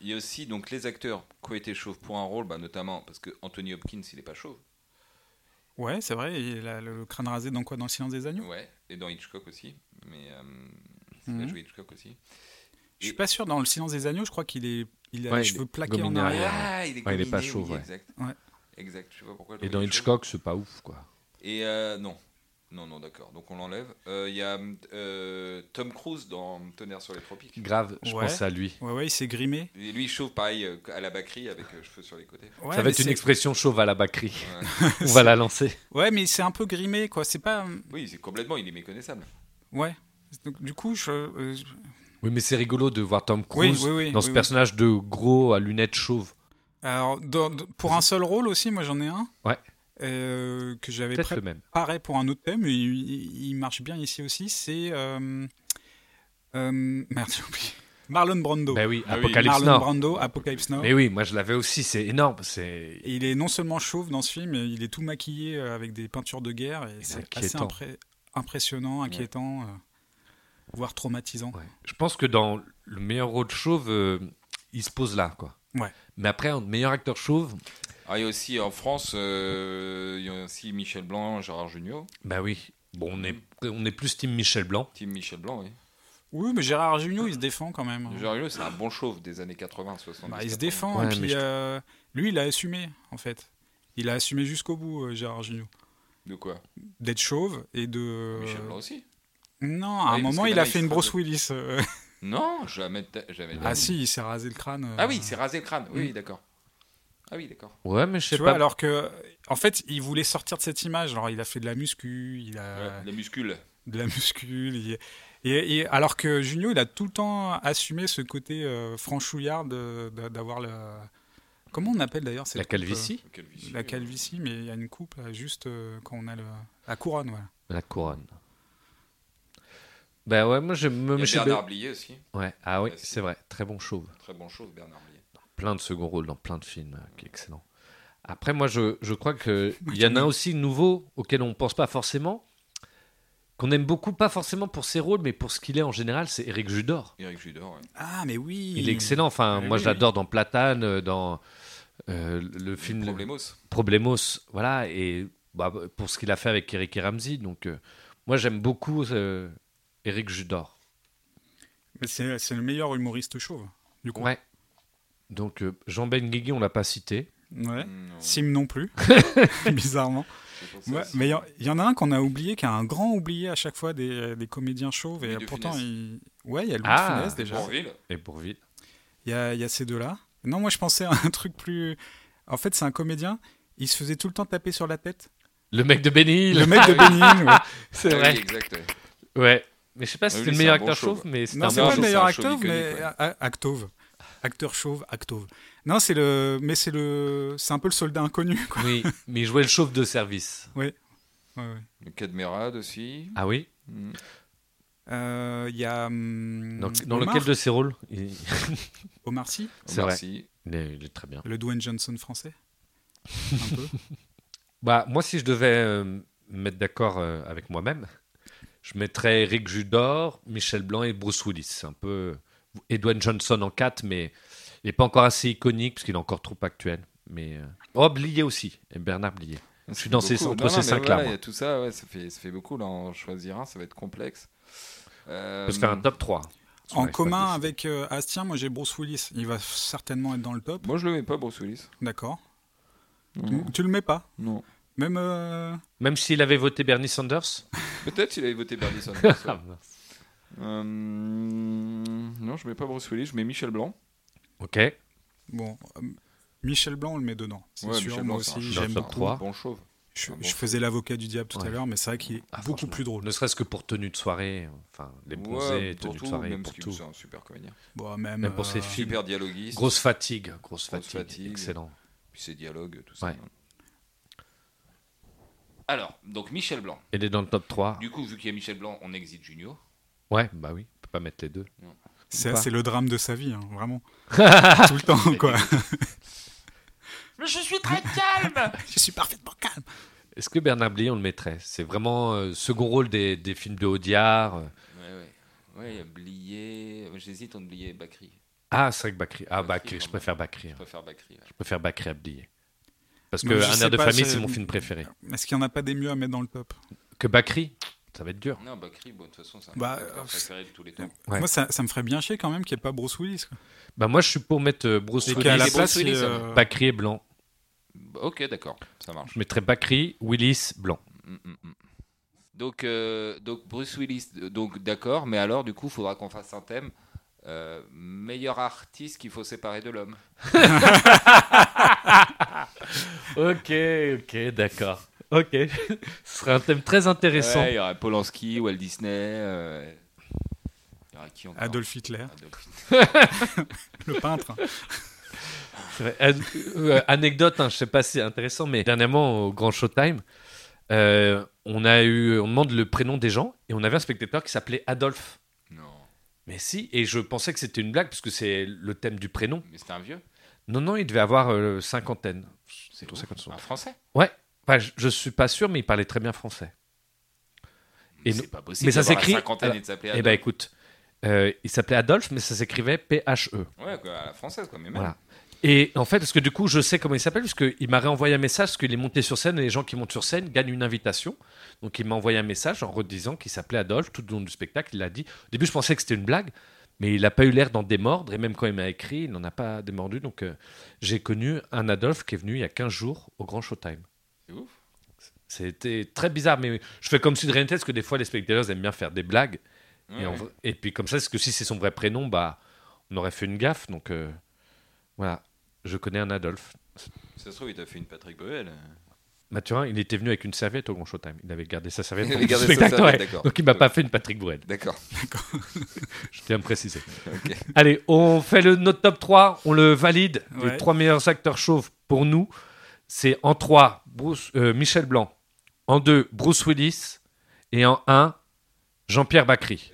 [SPEAKER 4] il y a aussi donc les acteurs qui ont été chauves pour un rôle, bah, notamment parce que Anthony Hopkins, il est pas chauve.
[SPEAKER 5] Ouais, c'est vrai, il a le, le crâne rasé dans quoi Dans Le Silence des Agneaux
[SPEAKER 4] Ouais, et dans Hitchcock aussi. Mais euh, il a
[SPEAKER 5] Mhm.
[SPEAKER 4] joué Hitchcock aussi.
[SPEAKER 5] Je suis pas sûr, dans Le Silence des Agneaux, je crois qu'il est. Il a
[SPEAKER 3] Ouais,
[SPEAKER 5] les
[SPEAKER 3] il
[SPEAKER 5] cheveux
[SPEAKER 3] est
[SPEAKER 5] plaqués en
[SPEAKER 3] gominé
[SPEAKER 5] arrière.
[SPEAKER 4] Ah, il est,
[SPEAKER 3] Ouais, il est
[SPEAKER 4] gominé,
[SPEAKER 3] pas chauve,
[SPEAKER 4] oui,
[SPEAKER 3] ouais.
[SPEAKER 4] Exact.
[SPEAKER 5] Ouais.
[SPEAKER 4] Exact, je sais pas pourquoi. je
[SPEAKER 3] Et
[SPEAKER 4] trouvais
[SPEAKER 3] dans
[SPEAKER 4] qu'il est chauve.
[SPEAKER 3] Hitchcock, c'est pas ouf quoi.
[SPEAKER 4] Et euh, non. Non, non, d'accord. Donc on l'enlève. Euh, Il y a euh, Tom Cruise dans Tonnerre sur les Tropiques.
[SPEAKER 3] Grave, je
[SPEAKER 5] Ouais.
[SPEAKER 3] pense à lui.
[SPEAKER 5] Ouais, ouais, il s'est grimé.
[SPEAKER 4] Et lui, il chauffe pareil euh, à la bacrie avec euh, cheveux sur les côtés.
[SPEAKER 5] Ouais,
[SPEAKER 3] ça
[SPEAKER 5] mais
[SPEAKER 3] va être une
[SPEAKER 5] c'est-
[SPEAKER 3] expression chauve à la bacrie.
[SPEAKER 4] Ouais.
[SPEAKER 3] On va la lancer.
[SPEAKER 5] Ouais, mais c'est un peu grimé, quoi. C'est pas. euh,
[SPEAKER 4] Oui, c'est complètement, il est méconnaissable.
[SPEAKER 5] Ouais. Donc, du coup, je. euh, je-
[SPEAKER 3] Oui, mais c'est rigolo de voir Tom Cruise
[SPEAKER 5] Oui, oui, oui,
[SPEAKER 3] dans ce
[SPEAKER 5] oui, oui.
[SPEAKER 3] personnage de gros à lunettes chauves.
[SPEAKER 5] Alors, dans- dans- pour un seul rôle aussi, moi j'en ai un.
[SPEAKER 3] Ouais.
[SPEAKER 5] Euh, que j'avais
[SPEAKER 3] Peut-être le
[SPEAKER 5] préparé
[SPEAKER 3] même.
[SPEAKER 5] pour un autre thème, mais il, il- il marche bien ici aussi. C'est. euh, euh, merde, j'ai oublié. Marlon Brando.
[SPEAKER 3] Ben oui,
[SPEAKER 4] Ah oui,
[SPEAKER 3] Apocalypse
[SPEAKER 5] Marlon
[SPEAKER 3] Now.
[SPEAKER 5] Brando, Apocalypse Now.
[SPEAKER 3] Mais oui, moi je l'avais aussi, c'est énorme. C'est...
[SPEAKER 5] Et il est non seulement chauve dans ce film, mais il est tout maquillé euh, avec des peintures de guerre. Et
[SPEAKER 3] Et
[SPEAKER 5] c'est assez
[SPEAKER 3] inquiétant.
[SPEAKER 5] impré- impressionnant, inquiétant, euh, voire traumatisant.
[SPEAKER 3] Ouais. Je pense que dans le meilleur rôle chauve, euh, il se pose là. quoi.
[SPEAKER 5] Ouais.
[SPEAKER 3] Mais après, en meilleur acteur chauve,
[SPEAKER 4] Ah, il y a aussi en France, euh, il y a aussi Michel Blanc, Gérard Jugnot.
[SPEAKER 3] ben oui. Bon, on est, on est plus team Michel Blanc.
[SPEAKER 4] Team Michel Blanc, oui.
[SPEAKER 5] Oui, mais Gérard Jugnot, il se défend quand même. hein.
[SPEAKER 4] Gérard Jugnot, c'est un bon chauve des années 80, 70.
[SPEAKER 5] Ah. Bah, il se
[SPEAKER 4] 80.
[SPEAKER 5] défend,
[SPEAKER 3] Ouais,
[SPEAKER 5] et
[SPEAKER 3] mais
[SPEAKER 5] puis
[SPEAKER 3] je-
[SPEAKER 5] euh, lui, il a assumé, en fait. Il a assumé jusqu'au bout, euh, Gérard Jugnot,
[SPEAKER 4] De quoi
[SPEAKER 5] d'être chauve et de.
[SPEAKER 4] Michel Blanc aussi
[SPEAKER 5] Non, à
[SPEAKER 4] Ah
[SPEAKER 5] un
[SPEAKER 4] oui, parce
[SPEAKER 5] moment,
[SPEAKER 4] que
[SPEAKER 5] il
[SPEAKER 4] maintenant,
[SPEAKER 5] a fait
[SPEAKER 4] il
[SPEAKER 5] une
[SPEAKER 4] se
[SPEAKER 5] Bruce
[SPEAKER 4] rase.
[SPEAKER 5] Willis. euh.
[SPEAKER 4] Non, jamais. de ta- jamais de ta
[SPEAKER 5] ah
[SPEAKER 4] vie.
[SPEAKER 5] si, il s'est rasé le crâne. euh.
[SPEAKER 4] Ah oui, il s'est rasé le crâne. Oui,
[SPEAKER 5] Mm.
[SPEAKER 4] oui, d'accord. Ah oui, d'accord.
[SPEAKER 3] Ouais, mais je
[SPEAKER 5] Tu
[SPEAKER 3] sais
[SPEAKER 5] vois,
[SPEAKER 3] pas.
[SPEAKER 5] alors que. En fait, il voulait sortir de cette image. Alors, il a fait de la muscu, il a
[SPEAKER 4] Ouais, La muscule.
[SPEAKER 5] de la muscule. il- Et, et alors que Jugnot, il a tout le temps assumé ce côté euh, franchouillard de- de- d'avoir la. Comment on appelle d'ailleurs cette
[SPEAKER 3] La
[SPEAKER 5] coupe, euh,
[SPEAKER 3] calvitie
[SPEAKER 4] Calvitie.
[SPEAKER 5] La calvitie, mais il y a une coupe là, juste euh, quand on a le- la couronne. Voilà.
[SPEAKER 3] La couronne. Ben ouais, moi je me
[SPEAKER 4] Il y a
[SPEAKER 3] Michel
[SPEAKER 4] Bernard
[SPEAKER 3] Blanc-
[SPEAKER 4] Blier aussi.
[SPEAKER 3] Ouais, ah oui,
[SPEAKER 4] Merci.
[SPEAKER 3] c'est vrai. Très bon chauve.
[SPEAKER 4] Très bon chauve, Bernard Blier.
[SPEAKER 3] plein de second rôles dans plein de films, euh, qui est excellent. Après, moi, je, je crois qu'il y
[SPEAKER 5] j'aime
[SPEAKER 3] en a
[SPEAKER 5] bien.
[SPEAKER 3] un aussi nouveau auquel on ne pense pas forcément, qu'on aime beaucoup, pas forcément pour ses rôles, mais pour ce qu'il est en général, c'est Eric Judor.
[SPEAKER 4] Eric Judor, ouais.
[SPEAKER 5] Ah, mais oui Ah
[SPEAKER 3] Il est excellent. Enfin,
[SPEAKER 5] Oui,
[SPEAKER 3] moi,
[SPEAKER 5] oui,
[SPEAKER 3] je l'adore dans Platane, euh, dans euh, le film
[SPEAKER 4] Problemos.
[SPEAKER 3] Problemos. Voilà, et bah, pour ce qu'il a fait avec Eric et Ramsey. Donc, euh, moi, j'aime beaucoup euh, Eric Judor.
[SPEAKER 5] Mais c'est c'est le meilleur humoriste chauve, du coup.
[SPEAKER 3] Ouais. Donc euh, Jean Benguigui, on l'a pas cité.
[SPEAKER 5] Ouais.
[SPEAKER 4] Mm, Non,
[SPEAKER 5] Sim non plus, bizarrement.
[SPEAKER 4] j'ai pensé
[SPEAKER 5] Ouais,
[SPEAKER 4] aussi.
[SPEAKER 5] mais il y en- il y, en a un qu'on a oublié, qui a un grand oublié à chaque fois des, des comédiens chauves. Et
[SPEAKER 4] Louis de
[SPEAKER 5] pourtant,
[SPEAKER 4] Funès.
[SPEAKER 5] il... ouais, il y a Louis
[SPEAKER 3] Ah,
[SPEAKER 5] de Funès déjà.
[SPEAKER 4] Bourvil.
[SPEAKER 3] Et Bourvil.
[SPEAKER 5] Il y a, il y a ces deux-là. Non, moi je pensais à un truc plus. En fait, c'est un comédien. Il se faisait tout le temps taper sur la tête.
[SPEAKER 3] Le mec de Benny
[SPEAKER 5] Le mec de Benny Hill, ouais.
[SPEAKER 3] C'est
[SPEAKER 4] Ah
[SPEAKER 3] vrai.
[SPEAKER 4] oui, exact. ouais.
[SPEAKER 3] Ouais. Mais je sais pas si
[SPEAKER 4] Oui,
[SPEAKER 3] c'était
[SPEAKER 4] oui,
[SPEAKER 3] le
[SPEAKER 4] c'est
[SPEAKER 3] meilleur
[SPEAKER 4] un bon
[SPEAKER 3] acteur
[SPEAKER 4] chauve.
[SPEAKER 3] chauve, mais c'était
[SPEAKER 5] Non,
[SPEAKER 3] un
[SPEAKER 5] c'est
[SPEAKER 4] bon
[SPEAKER 5] pas
[SPEAKER 4] acteur,
[SPEAKER 5] le
[SPEAKER 3] chauve.
[SPEAKER 5] meilleur
[SPEAKER 4] c'est un chauve
[SPEAKER 5] acteur, mais
[SPEAKER 4] iconique, ouais.
[SPEAKER 5] a- a- actove. Acteur chauve, actove. Non, c'est le. Mais c'est le. C'est un peu le soldat inconnu, quoi.
[SPEAKER 3] Oui, mais il jouait le chauve de service.
[SPEAKER 5] Ouais, ouais.
[SPEAKER 4] Le Cadmerade aussi.
[SPEAKER 3] Ah oui
[SPEAKER 4] Mm.
[SPEAKER 5] Euh, Il y a. hum,
[SPEAKER 3] Dans, dans
[SPEAKER 5] Omar,
[SPEAKER 3] lequel de ses rôles il...
[SPEAKER 5] Omar Sy,
[SPEAKER 3] C'est
[SPEAKER 4] Omar
[SPEAKER 3] vrai.
[SPEAKER 4] Sy.
[SPEAKER 3] il est- il est très bien.
[SPEAKER 5] le Dwayne Johnson français. Un peu.
[SPEAKER 3] Bah, moi, si je devais euh, me mettre d'accord euh, avec moi-même, je mettrais Eric Judor, Michel Blanc et Bruce Willis. C'est un peu euh, Edwin Johnson en 4, mais il n'est pas encore assez iconique parce qu'il est encore trop actuel. Mais euh, oh, Blier aussi, et Bernard Blier. Je suis dans ces-
[SPEAKER 4] Beaucoup.
[SPEAKER 3] entre
[SPEAKER 4] Non,
[SPEAKER 3] ces
[SPEAKER 4] non, mais
[SPEAKER 3] cinq-là,
[SPEAKER 4] voilà, Il
[SPEAKER 3] moi.
[SPEAKER 4] y a tout ça, ouais, ça, fait, ça fait beaucoup. Là, en choisir un, ça va être complexe.
[SPEAKER 3] On
[SPEAKER 4] Euh,
[SPEAKER 3] peut se faire un top 3.
[SPEAKER 5] En
[SPEAKER 3] Ouais,
[SPEAKER 5] commun
[SPEAKER 3] pas de-
[SPEAKER 5] avec euh, Astien, moi j'ai Bruce Willis. Il va certainement être dans le top.
[SPEAKER 4] Moi, je le mets pas, Bruce Willis.
[SPEAKER 5] D'accord.
[SPEAKER 3] Mm.
[SPEAKER 5] Mm.
[SPEAKER 4] Non.
[SPEAKER 5] Tu le mets pas.
[SPEAKER 4] Non.
[SPEAKER 5] Même. euh,
[SPEAKER 3] Même s'il avait voté Bernie Sanders
[SPEAKER 5] Ah.
[SPEAKER 4] Peut-être il avait voté Bernie Sanders. ouais.
[SPEAKER 3] Ah, mince.
[SPEAKER 4] Euh, non, je mets pas Bruce Willis, je mets Michel Blanc.
[SPEAKER 3] Ok, Ah,
[SPEAKER 5] Bon. euh, Michel Blanc, on le met dedans. C'est
[SPEAKER 4] Ouais,
[SPEAKER 5] sûr,
[SPEAKER 4] Michel
[SPEAKER 5] moi
[SPEAKER 4] Blanc, c'est un
[SPEAKER 5] aussi,
[SPEAKER 3] dans le
[SPEAKER 5] j'aime
[SPEAKER 3] top
[SPEAKER 5] beaucoup.
[SPEAKER 3] 3.
[SPEAKER 4] Bon chauve.
[SPEAKER 5] Je,
[SPEAKER 4] Ah bon.
[SPEAKER 5] je faisais l'avocat du diable tout à
[SPEAKER 3] Ouais.
[SPEAKER 5] l'heure, mais c'est vrai qu'il est
[SPEAKER 3] Ah,
[SPEAKER 5] beaucoup
[SPEAKER 3] franchement.
[SPEAKER 5] plus drôle.
[SPEAKER 3] ne serait-ce que pour tenue de soirée, enfin, les bronzés,
[SPEAKER 4] Ouais, pour
[SPEAKER 3] tenue de
[SPEAKER 4] tout,
[SPEAKER 3] soirée,
[SPEAKER 4] même
[SPEAKER 3] pour
[SPEAKER 4] si
[SPEAKER 3] tout.
[SPEAKER 4] c'est un super comédien.
[SPEAKER 5] Bon, même,
[SPEAKER 3] Même pour ses
[SPEAKER 5] euh,
[SPEAKER 3] filles.
[SPEAKER 4] Super dialoguiste.
[SPEAKER 3] Grosse fatigue, grosse
[SPEAKER 4] Grosse
[SPEAKER 3] fatigue,
[SPEAKER 4] fatigue.
[SPEAKER 3] excellent.
[SPEAKER 4] Puis ses dialogues, tout ça.
[SPEAKER 3] Ouais.
[SPEAKER 4] Alors, donc Michel Blanc.
[SPEAKER 3] Il est dans le top 3.
[SPEAKER 4] Du coup, vu qu'il y a Michel Blanc, on exit Junior.
[SPEAKER 3] Ouais, bah oui, on peut pas mettre les deux.
[SPEAKER 5] C'est
[SPEAKER 3] Ou pas.
[SPEAKER 5] c'est le drame de sa vie, hein, vraiment. tout le temps, quoi.
[SPEAKER 8] Mais je suis très calme
[SPEAKER 5] je suis parfaitement calme.
[SPEAKER 3] Est-ce que Bernard Blier, on le mettrait C'est vraiment euh, second rôle des, des films de Audiard. euh.
[SPEAKER 4] Ouais, ouais. Ouais, il y a Blié. J'hésite entre Blié et Bakri.
[SPEAKER 3] Ah, c'est vrai que Bakri. Ah,
[SPEAKER 4] Bakri,
[SPEAKER 3] Bakri, je
[SPEAKER 4] vraiment.
[SPEAKER 3] préfère Bakri.
[SPEAKER 4] Je préfère Bakri. ouais.
[SPEAKER 3] Je préfère Bakri à Blier. Parce que
[SPEAKER 5] Non, je
[SPEAKER 3] Un
[SPEAKER 5] sais
[SPEAKER 3] air de
[SPEAKER 5] pas,
[SPEAKER 3] famille,
[SPEAKER 5] c'est- Euh,
[SPEAKER 3] c'est mon film préféré.
[SPEAKER 5] Est-ce qu'il n'y en a pas des mieux à mettre dans le top
[SPEAKER 3] Que Bakri Ça va être dur.
[SPEAKER 4] Non, Bakri, bon, de toute façon, c'est un
[SPEAKER 5] Bah,
[SPEAKER 4] acteur
[SPEAKER 5] euh,
[SPEAKER 4] préféré de tous les temps.
[SPEAKER 3] Ouais.
[SPEAKER 5] Moi, ça, ça me ferait bien chier quand même qu'il n'y ait pas Bruce Willis. quoi.
[SPEAKER 3] Bah, moi, je suis pour mettre euh, Bruce
[SPEAKER 5] Et
[SPEAKER 4] Bruce
[SPEAKER 5] qu'à
[SPEAKER 3] Willis.
[SPEAKER 5] la
[SPEAKER 4] Willis,
[SPEAKER 5] place,
[SPEAKER 4] Bruce Willis,
[SPEAKER 5] il y a, euh,
[SPEAKER 3] Bakri et Blanc.
[SPEAKER 4] Bah, Ok, d'accord, ça marche.
[SPEAKER 3] Je mettrais Bakri, Willis, Blanc.
[SPEAKER 4] Mm, mm, mm. Donc, euh, donc Bruce Willis, euh, donc d'accord, mais alors du coup, il faudra qu'on fasse un thème euh, meilleur artiste qu'il faut séparer de l'homme.
[SPEAKER 3] Ok, ok, d'accord. Ok. Ce serait un thème très intéressant.
[SPEAKER 4] Ouais, il y aura Polanski, Walt Disney. euh, il y aura qui encore
[SPEAKER 5] Adolf Hitler,
[SPEAKER 4] Adolf Hitler.
[SPEAKER 5] le peintre.
[SPEAKER 3] C'est vrai. An- euh, anecdote, hein, je sais pas si c'est intéressant, mais dernièrement au Grand Showtime, euh, on a eu, on demande le prénom des gens et on avait un spectateur qui s'appelait Adolphe.
[SPEAKER 4] Non,
[SPEAKER 3] Mais si, et je pensais que c'était une blague parce que c'est le thème du prénom.
[SPEAKER 4] mais c'était un vieux.
[SPEAKER 3] Non, non, il devait avoir euh, cinquantaine.
[SPEAKER 4] C'est
[SPEAKER 3] Autour de
[SPEAKER 4] ouf.
[SPEAKER 3] cinquante-cinq.
[SPEAKER 4] Un français.
[SPEAKER 3] Enfin, je, je suis pas sûr, mais il parlait très bien français. Et
[SPEAKER 4] Mais
[SPEAKER 3] non-
[SPEAKER 4] c'est pas possible.
[SPEAKER 3] mais ça
[SPEAKER 4] d'avoir la
[SPEAKER 3] s'écrit-
[SPEAKER 4] cinquantaine et de s'appeler
[SPEAKER 3] Eh ben
[SPEAKER 4] Adolf.
[SPEAKER 3] écoute, euh, il s'appelait Adolphe, mais ça s'écrivait E. P-H-E.
[SPEAKER 4] Ouais, quoi, à la française, quoi. Mais même.
[SPEAKER 3] Voilà. Et en fait, parce que du coup, je sais comment il s'appelle, parce qu'il m'a réenvoyé un message, parce qu'il est monté sur scène, et les gens qui montent sur scène gagnent une invitation. Donc il m'a envoyé un message en redisant qu'il s'appelait Adolphe, tout le long du spectacle, il l'a dit. Au début, je pensais que c'était une blague, mais il n'a pas eu l'air d'en démordre, et même quand il m'a écrit, il n'en a pas démordu. Donc euh, j'ai connu un Adolphe qui est venu il y a 15 jours au Grand Showtime.
[SPEAKER 4] C'est ouf.
[SPEAKER 3] C'était très bizarre, mais je fais comme si de rien n'était, parce que des fois, les spectateurs aiment bien faire des blagues.
[SPEAKER 4] Ouais,
[SPEAKER 3] Et, en
[SPEAKER 4] ouais.
[SPEAKER 3] vrai- et puis comme ça, parce que si c'est son vrai prénom, bah, on aurait fait une gaffe. Donc euh, voilà, je connais un Adolphe.
[SPEAKER 4] Ça se trouve, il t'a fait une Patrick Bruel.
[SPEAKER 3] Mathurin, il était venu avec une serviette au Grand Showtime. Il avait gardé sa serviette
[SPEAKER 4] Il
[SPEAKER 3] pour
[SPEAKER 4] avait
[SPEAKER 3] le
[SPEAKER 4] gardé sa
[SPEAKER 3] spectacle.
[SPEAKER 4] serviette,
[SPEAKER 3] ouais.
[SPEAKER 4] d'accord.
[SPEAKER 3] Donc il m'a pas fait une Patrick Bruel.
[SPEAKER 4] D'accord.
[SPEAKER 3] Je tiens à me préciser.
[SPEAKER 4] Ok.
[SPEAKER 3] Allez, on fait le, notre top 3. On le valide. Les
[SPEAKER 5] Ouais.
[SPEAKER 3] trois meilleurs acteurs chauves pour nous, c'est en 3, Bruce, euh, Michel Blanc. En 2, Bruce Willis. Et en 1, Jean-Pierre Bacry.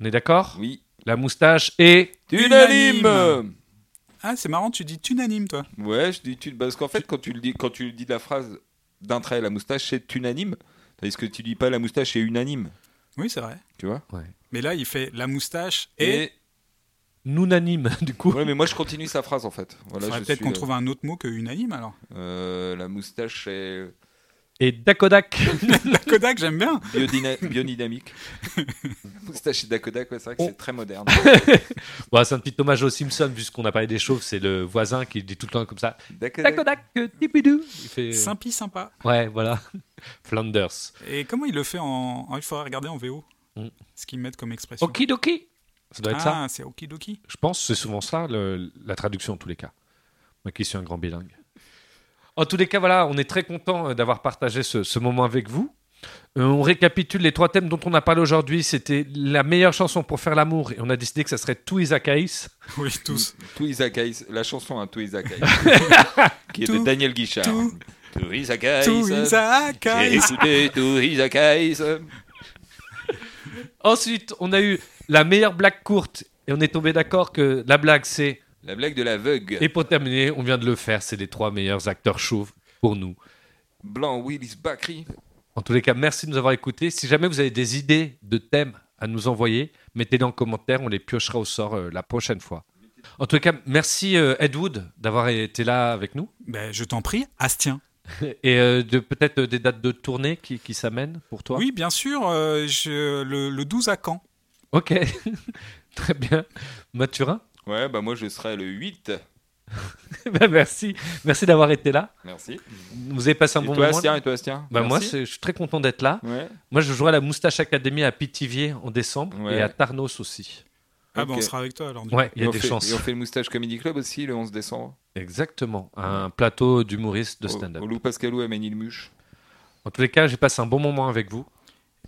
[SPEAKER 3] On est d'accord
[SPEAKER 4] Oui.
[SPEAKER 3] La moustache et...
[SPEAKER 4] Unanime.
[SPEAKER 5] Ah, c'est marrant, tu dis unanime, toi.
[SPEAKER 4] Ouais, je dis tu parce qu'en fait quand tu le dis quand tu le dis la phrase d'un trait la moustache c'est unanime. Tandis que tu dis pas la moustache est unanime,
[SPEAKER 5] Oui, c'est vrai.
[SPEAKER 4] tu vois
[SPEAKER 5] Mais là, il fait la moustache et.
[SPEAKER 3] Nounanime, du coup.
[SPEAKER 4] Ouais, mais moi je continue sa phrase en fait. Voilà,
[SPEAKER 3] euh,
[SPEAKER 4] je
[SPEAKER 5] faudrait
[SPEAKER 4] euh,
[SPEAKER 5] peut-être
[SPEAKER 4] suis
[SPEAKER 5] qu'on
[SPEAKER 4] le-
[SPEAKER 5] trouve un autre mot que unanime alors.
[SPEAKER 4] Euh, la moustache est
[SPEAKER 3] et Dakodak.
[SPEAKER 5] La Kodak, j'aime bien.
[SPEAKER 4] Biodina- biodynamique. Moustache et Dakodak, ouais, c'est vrai que c'est très moderne.
[SPEAKER 3] Bon, c'est un petit hommage aux Simpsons, vu ce qu'on a parlé des chauves, c'est le voisin qui dit tout le temps comme ça
[SPEAKER 4] Dakodak.
[SPEAKER 3] Dakodak, euh, tipidou. Il fait.
[SPEAKER 5] Simpi, sympa.
[SPEAKER 3] Ouais, voilà. Flanders.
[SPEAKER 5] Et comment il le fait en. en- il faudrait regarder en VO
[SPEAKER 3] Mm.
[SPEAKER 5] ce qu'ils mettent comme expression.
[SPEAKER 3] Okidoki. Ça doit être ça.
[SPEAKER 5] Ah, c'est okidoki.
[SPEAKER 3] Je pense que c'est souvent ça, le- la traduction en tous les cas. Moi qui suis un grand bilingue. En tous les cas, voilà, on est très content euh, d'avoir partagé ce, ce moment avec vous. Euh, on récapitule les trois thèmes dont on a parlé aujourd'hui. C'était la meilleure chanson pour faire l'amour et on a décidé que ça serait tout Isaac Hayes.
[SPEAKER 5] Oui, tous.
[SPEAKER 4] To Isaac Hayes, la chanson hein, To Isaac Hayes, qui est de
[SPEAKER 5] To-
[SPEAKER 4] Daniel Guichard.
[SPEAKER 5] to-
[SPEAKER 4] To Isaac Hayes,
[SPEAKER 5] Tous Isaac hein.
[SPEAKER 4] J'ai
[SPEAKER 5] Hayes.
[SPEAKER 4] écouté To Isaac Hayes.
[SPEAKER 3] Ensuite, on a eu la meilleure blague courte et on est tombé d'accord que la blague c'est.
[SPEAKER 4] La blague de l'aveugle.
[SPEAKER 3] Et pour terminer, on vient de le faire, c'est les trois meilleurs acteurs chauves pour nous.
[SPEAKER 4] Blanc Willis Bakri.
[SPEAKER 3] En tous les cas, merci de nous avoir écoutés. Si jamais vous avez des idées de thèmes à nous envoyer, mettez-les en commentaire, on les piochera au sort euh, la prochaine fois. En tous les cas, merci euh, Ed Wood d'avoir été là avec nous
[SPEAKER 5] Ben, je t'en prie, Astien.
[SPEAKER 3] et euh, de peut-être euh, des dates de tournée qui, qui s'amènent pour toi.
[SPEAKER 5] Oui, bien sûr, euh, je- le, le 12 à Caen.
[SPEAKER 3] Ok, très bien. Mathurin,
[SPEAKER 4] Ouais, bah moi je serai le 8.
[SPEAKER 3] Ben, merci, merci d'avoir été là.
[SPEAKER 4] Merci.
[SPEAKER 3] Vous avez passé un
[SPEAKER 4] et,
[SPEAKER 3] bon
[SPEAKER 4] toi,
[SPEAKER 3] moment.
[SPEAKER 4] Astien, et toi, Astien
[SPEAKER 3] Ben, moi,
[SPEAKER 4] Merci.
[SPEAKER 3] c'est- je suis très content d'être là.
[SPEAKER 4] Ouais.
[SPEAKER 3] Moi, je jouerai à la Moustache Academy à Pithiviers en décembre
[SPEAKER 4] Ouais.
[SPEAKER 3] et à Tarnos aussi.
[SPEAKER 5] Ah, ben,
[SPEAKER 4] Ok.
[SPEAKER 5] on sera avec toi alors. du
[SPEAKER 3] Ouais, il y
[SPEAKER 4] Et
[SPEAKER 3] a
[SPEAKER 4] on
[SPEAKER 3] des
[SPEAKER 4] fait-
[SPEAKER 3] chances.
[SPEAKER 4] Et on fait le Moustache Comedy Club aussi le 11 décembre.
[SPEAKER 3] Exactement, un plateau d'humoristes de
[SPEAKER 4] Au-
[SPEAKER 3] stand-up.
[SPEAKER 4] Au Lou Pascalou à Ménilmuche.
[SPEAKER 3] En tous les cas, j'ai passé un bon moment avec vous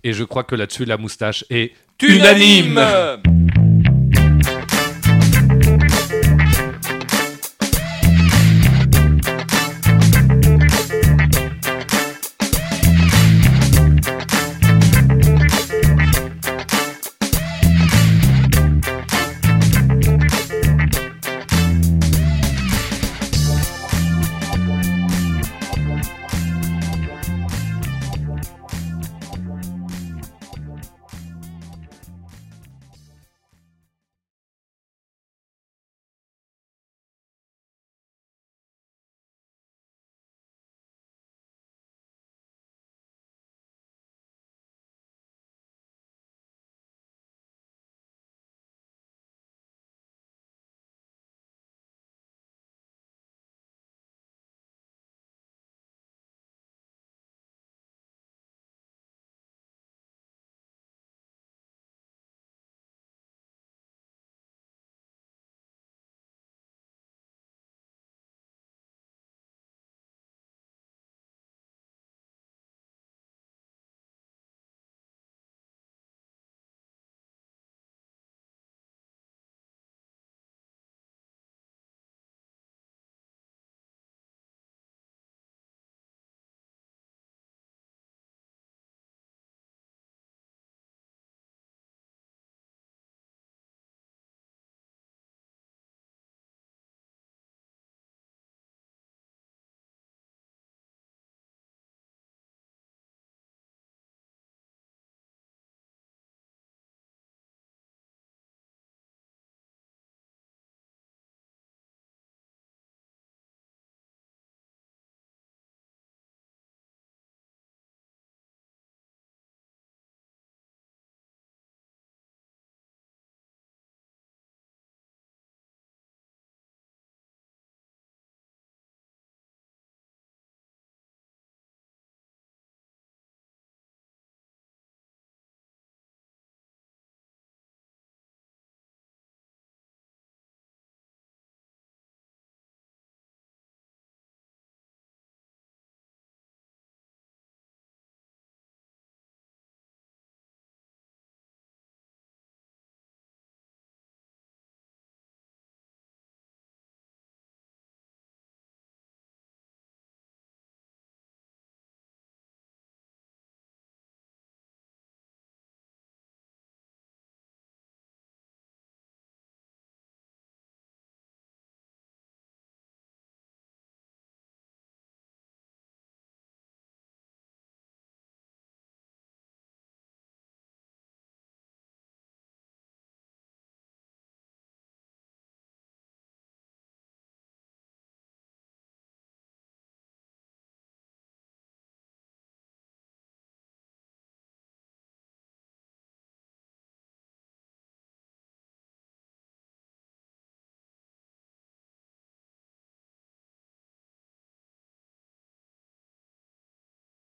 [SPEAKER 3] et je crois que là-dessus, la moustache est unanime.
[SPEAKER 4] Unanime